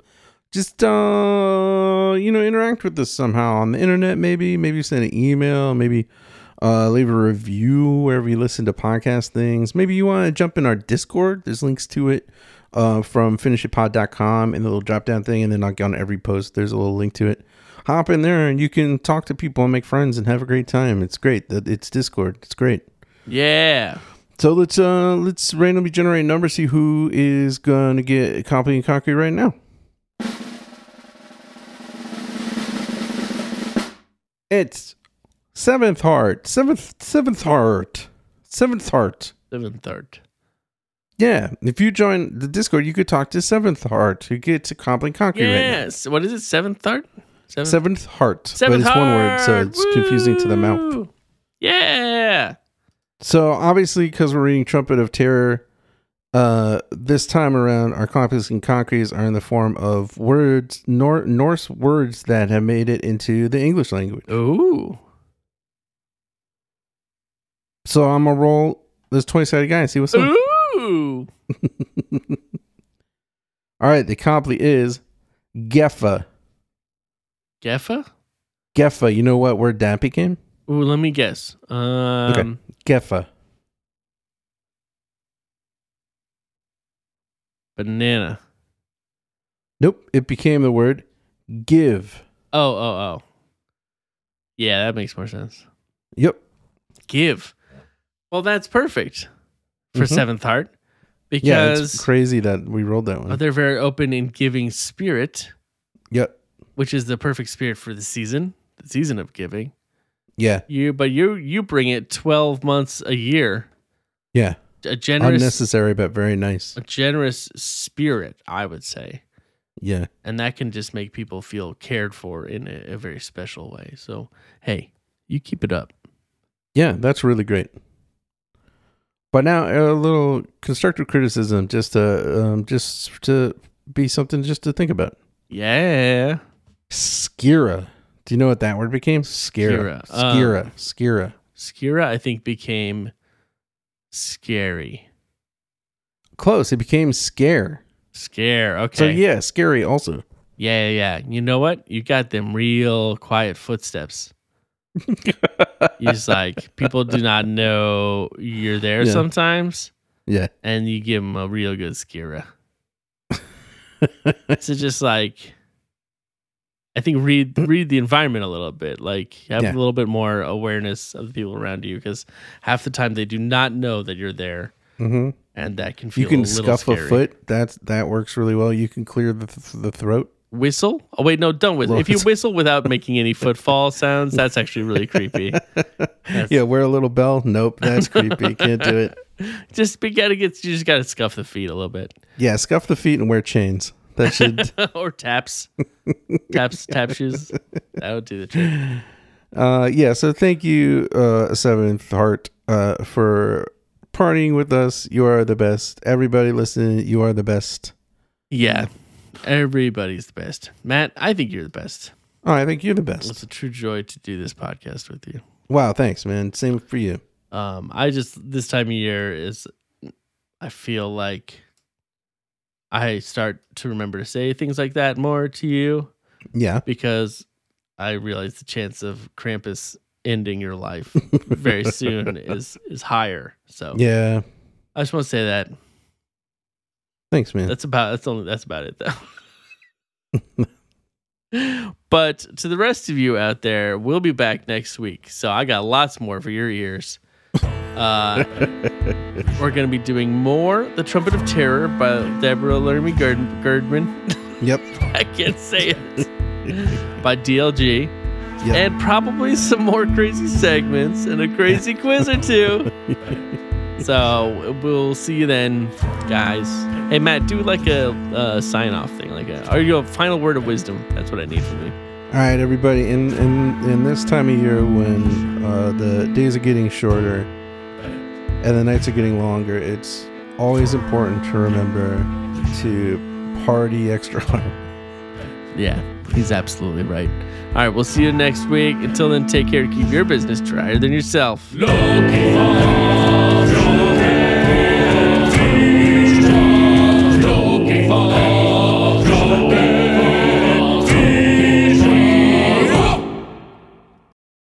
[SPEAKER 2] Just uh, you know, interact with us somehow on the internet. Maybe, maybe send an email. Maybe Uh, leave a review wherever you listen to podcast things. Maybe you want to jump in our Discord. There's links to it uh, from finishitpod.com and the little drop down thing. And then like on every post, there's a little link to it. Hop in there and you can talk to people and make friends and have a great time. It's great. That It's Discord. It's great.
[SPEAKER 3] Yeah.
[SPEAKER 2] So let's uh let's randomly generate numbers. See who is gonna get copy and concrete right now. It's seventh heart, seventh seventh heart, seventh heart.
[SPEAKER 3] Seven third.
[SPEAKER 2] Yeah, if you join the Discord, you could talk to seventh heart who gets a copy and concrete right
[SPEAKER 3] Yes. What is it? Seventh third?
[SPEAKER 2] now.
[SPEAKER 3] Seventh,
[SPEAKER 2] Seventh heart, but it's one word, so
[SPEAKER 3] Heart!
[SPEAKER 2] it's confusing to the mouth.
[SPEAKER 3] Woo! Yeah.
[SPEAKER 2] So obviously, because we're reading Trumpet of Terror, uh, this time around, our copies and concretes are in the form of words, Nor- Norse words that have made it into the English language.
[SPEAKER 3] Ooh.
[SPEAKER 2] So I'm gonna roll this twenty-sided guy and see what's
[SPEAKER 3] Mm-hmm.
[SPEAKER 2] up.
[SPEAKER 3] Ooh.
[SPEAKER 2] All right, the comply is Geffa.
[SPEAKER 3] Geffa?
[SPEAKER 2] Geffa, you know what word that became?
[SPEAKER 3] Ooh, let me guess. Um,
[SPEAKER 2] Geffa.
[SPEAKER 3] Banana.
[SPEAKER 2] Nope, it became the word give.
[SPEAKER 3] Oh, oh, oh. Yeah, that makes more sense.
[SPEAKER 2] Yep.
[SPEAKER 3] Give. Well, that's perfect for
[SPEAKER 2] Mhm.
[SPEAKER 3] Seventh Heart
[SPEAKER 2] Yeah,
[SPEAKER 3] because Oh,
[SPEAKER 2] it's crazy that we rolled that one.
[SPEAKER 3] they're very open in giving spirit,
[SPEAKER 2] Yep.
[SPEAKER 3] which is the perfect spirit for the season, the season of giving.
[SPEAKER 2] Yeah.
[SPEAKER 3] You, but you, you bring it twelve months a year.
[SPEAKER 2] Yeah.
[SPEAKER 3] A generous,
[SPEAKER 2] Unnecessary, but very nice.
[SPEAKER 3] a generous spirit, I would say.
[SPEAKER 2] Yeah.
[SPEAKER 3] and that can just make people feel cared for in a, a very special way. So, hey, you keep it up.
[SPEAKER 2] Yeah, that's really great. But now a little constructive criticism, just to um, just to be something just to think about.
[SPEAKER 3] Yeah.
[SPEAKER 2] Skira. Do you know what that word became? Skira.
[SPEAKER 3] Skira. Uh,
[SPEAKER 2] Skira. Skira.
[SPEAKER 3] Skira, I think, became scary.
[SPEAKER 2] Close. It became scare.
[SPEAKER 3] Scare. Okay.
[SPEAKER 2] So yeah, scary also.
[SPEAKER 3] yeah, yeah, yeah. You know what? You got them real
[SPEAKER 2] [laughs]
[SPEAKER 3] quiet footsteps. you just like people do not know you're there
[SPEAKER 2] Yeah.
[SPEAKER 3] sometimes,
[SPEAKER 2] Yeah.
[SPEAKER 3] and you give them a real
[SPEAKER 2] [laughs]
[SPEAKER 3] good Skira. so just like I think read read the environment a little bit. Like have
[SPEAKER 2] Yeah.
[SPEAKER 3] a little bit more awareness of the people around you because half the time they do not know that you're there,
[SPEAKER 2] hmm
[SPEAKER 3] and that can feel
[SPEAKER 2] You can
[SPEAKER 3] a little
[SPEAKER 2] scuff
[SPEAKER 3] scary.
[SPEAKER 2] a foot. That's that works really well. You can clear the, the throat.
[SPEAKER 3] Whistle? Oh wait, no, don't whistle. If you
[SPEAKER 2] Lord.
[SPEAKER 3] whistle without making any footfall [laughs] sounds, that's actually really creepy. That's-
[SPEAKER 2] Yeah, wear a little bell. Nope, that's
[SPEAKER 3] [laughs]
[SPEAKER 2] creepy. Can't do it.
[SPEAKER 3] Just be gotta get you just gotta scuff the feet a little bit. [laughs]
[SPEAKER 2] Yeah, scuff the feet and wear chains. That should
[SPEAKER 3] or taps. taps, tap shoes. That would do the trick.
[SPEAKER 2] Uh, yeah, so thank you, uh, Seventh Heart, uh, for partying with us. You are the best. Everybody listening, you are the best.
[SPEAKER 3] Yeah. Everybody's the best. Matt, I think you're the best.
[SPEAKER 2] Oh, I think you're the
[SPEAKER 3] It's
[SPEAKER 2] best.
[SPEAKER 3] a true joy to do this podcast with you.
[SPEAKER 2] Wow, thanks, man. Same for you.
[SPEAKER 3] Um, I just this time of year is I feel like I start to remember to say things like that more to you
[SPEAKER 2] Yeah,
[SPEAKER 3] because I realize the chance of Krampus ending your life very soon is is higher. So
[SPEAKER 2] yeah.
[SPEAKER 3] I just want to say that.
[SPEAKER 2] Thanks, man.
[SPEAKER 3] That's about that's only that's about it though. but to the rest of you out there, we'll be back next week. So I got lots more for your ears. Uh, we're gonna be doing more "The Trumpet of Terror" by Deborah Lermy Gerd- Gerdman.
[SPEAKER 2] Yep,
[SPEAKER 3] [laughs] I can't say it. by DLG,
[SPEAKER 2] Yep.
[SPEAKER 3] and probably some more crazy segments and a [laughs] crazy quiz or two. So we'll see you then, guys. Hey Matt, do like a uh, sign off thing, like a are you a final word of wisdom? That's what I need from you.
[SPEAKER 2] All right, everybody. In in in this time of year when uh, the days are getting shorter and the nights are getting longer, it's always important to remember to party [laughs] extra hard.
[SPEAKER 3] Yeah, he's absolutely right. All right, we'll see you next week. Until then, take care. Keep your business drier than yourself.
[SPEAKER 1] Looking for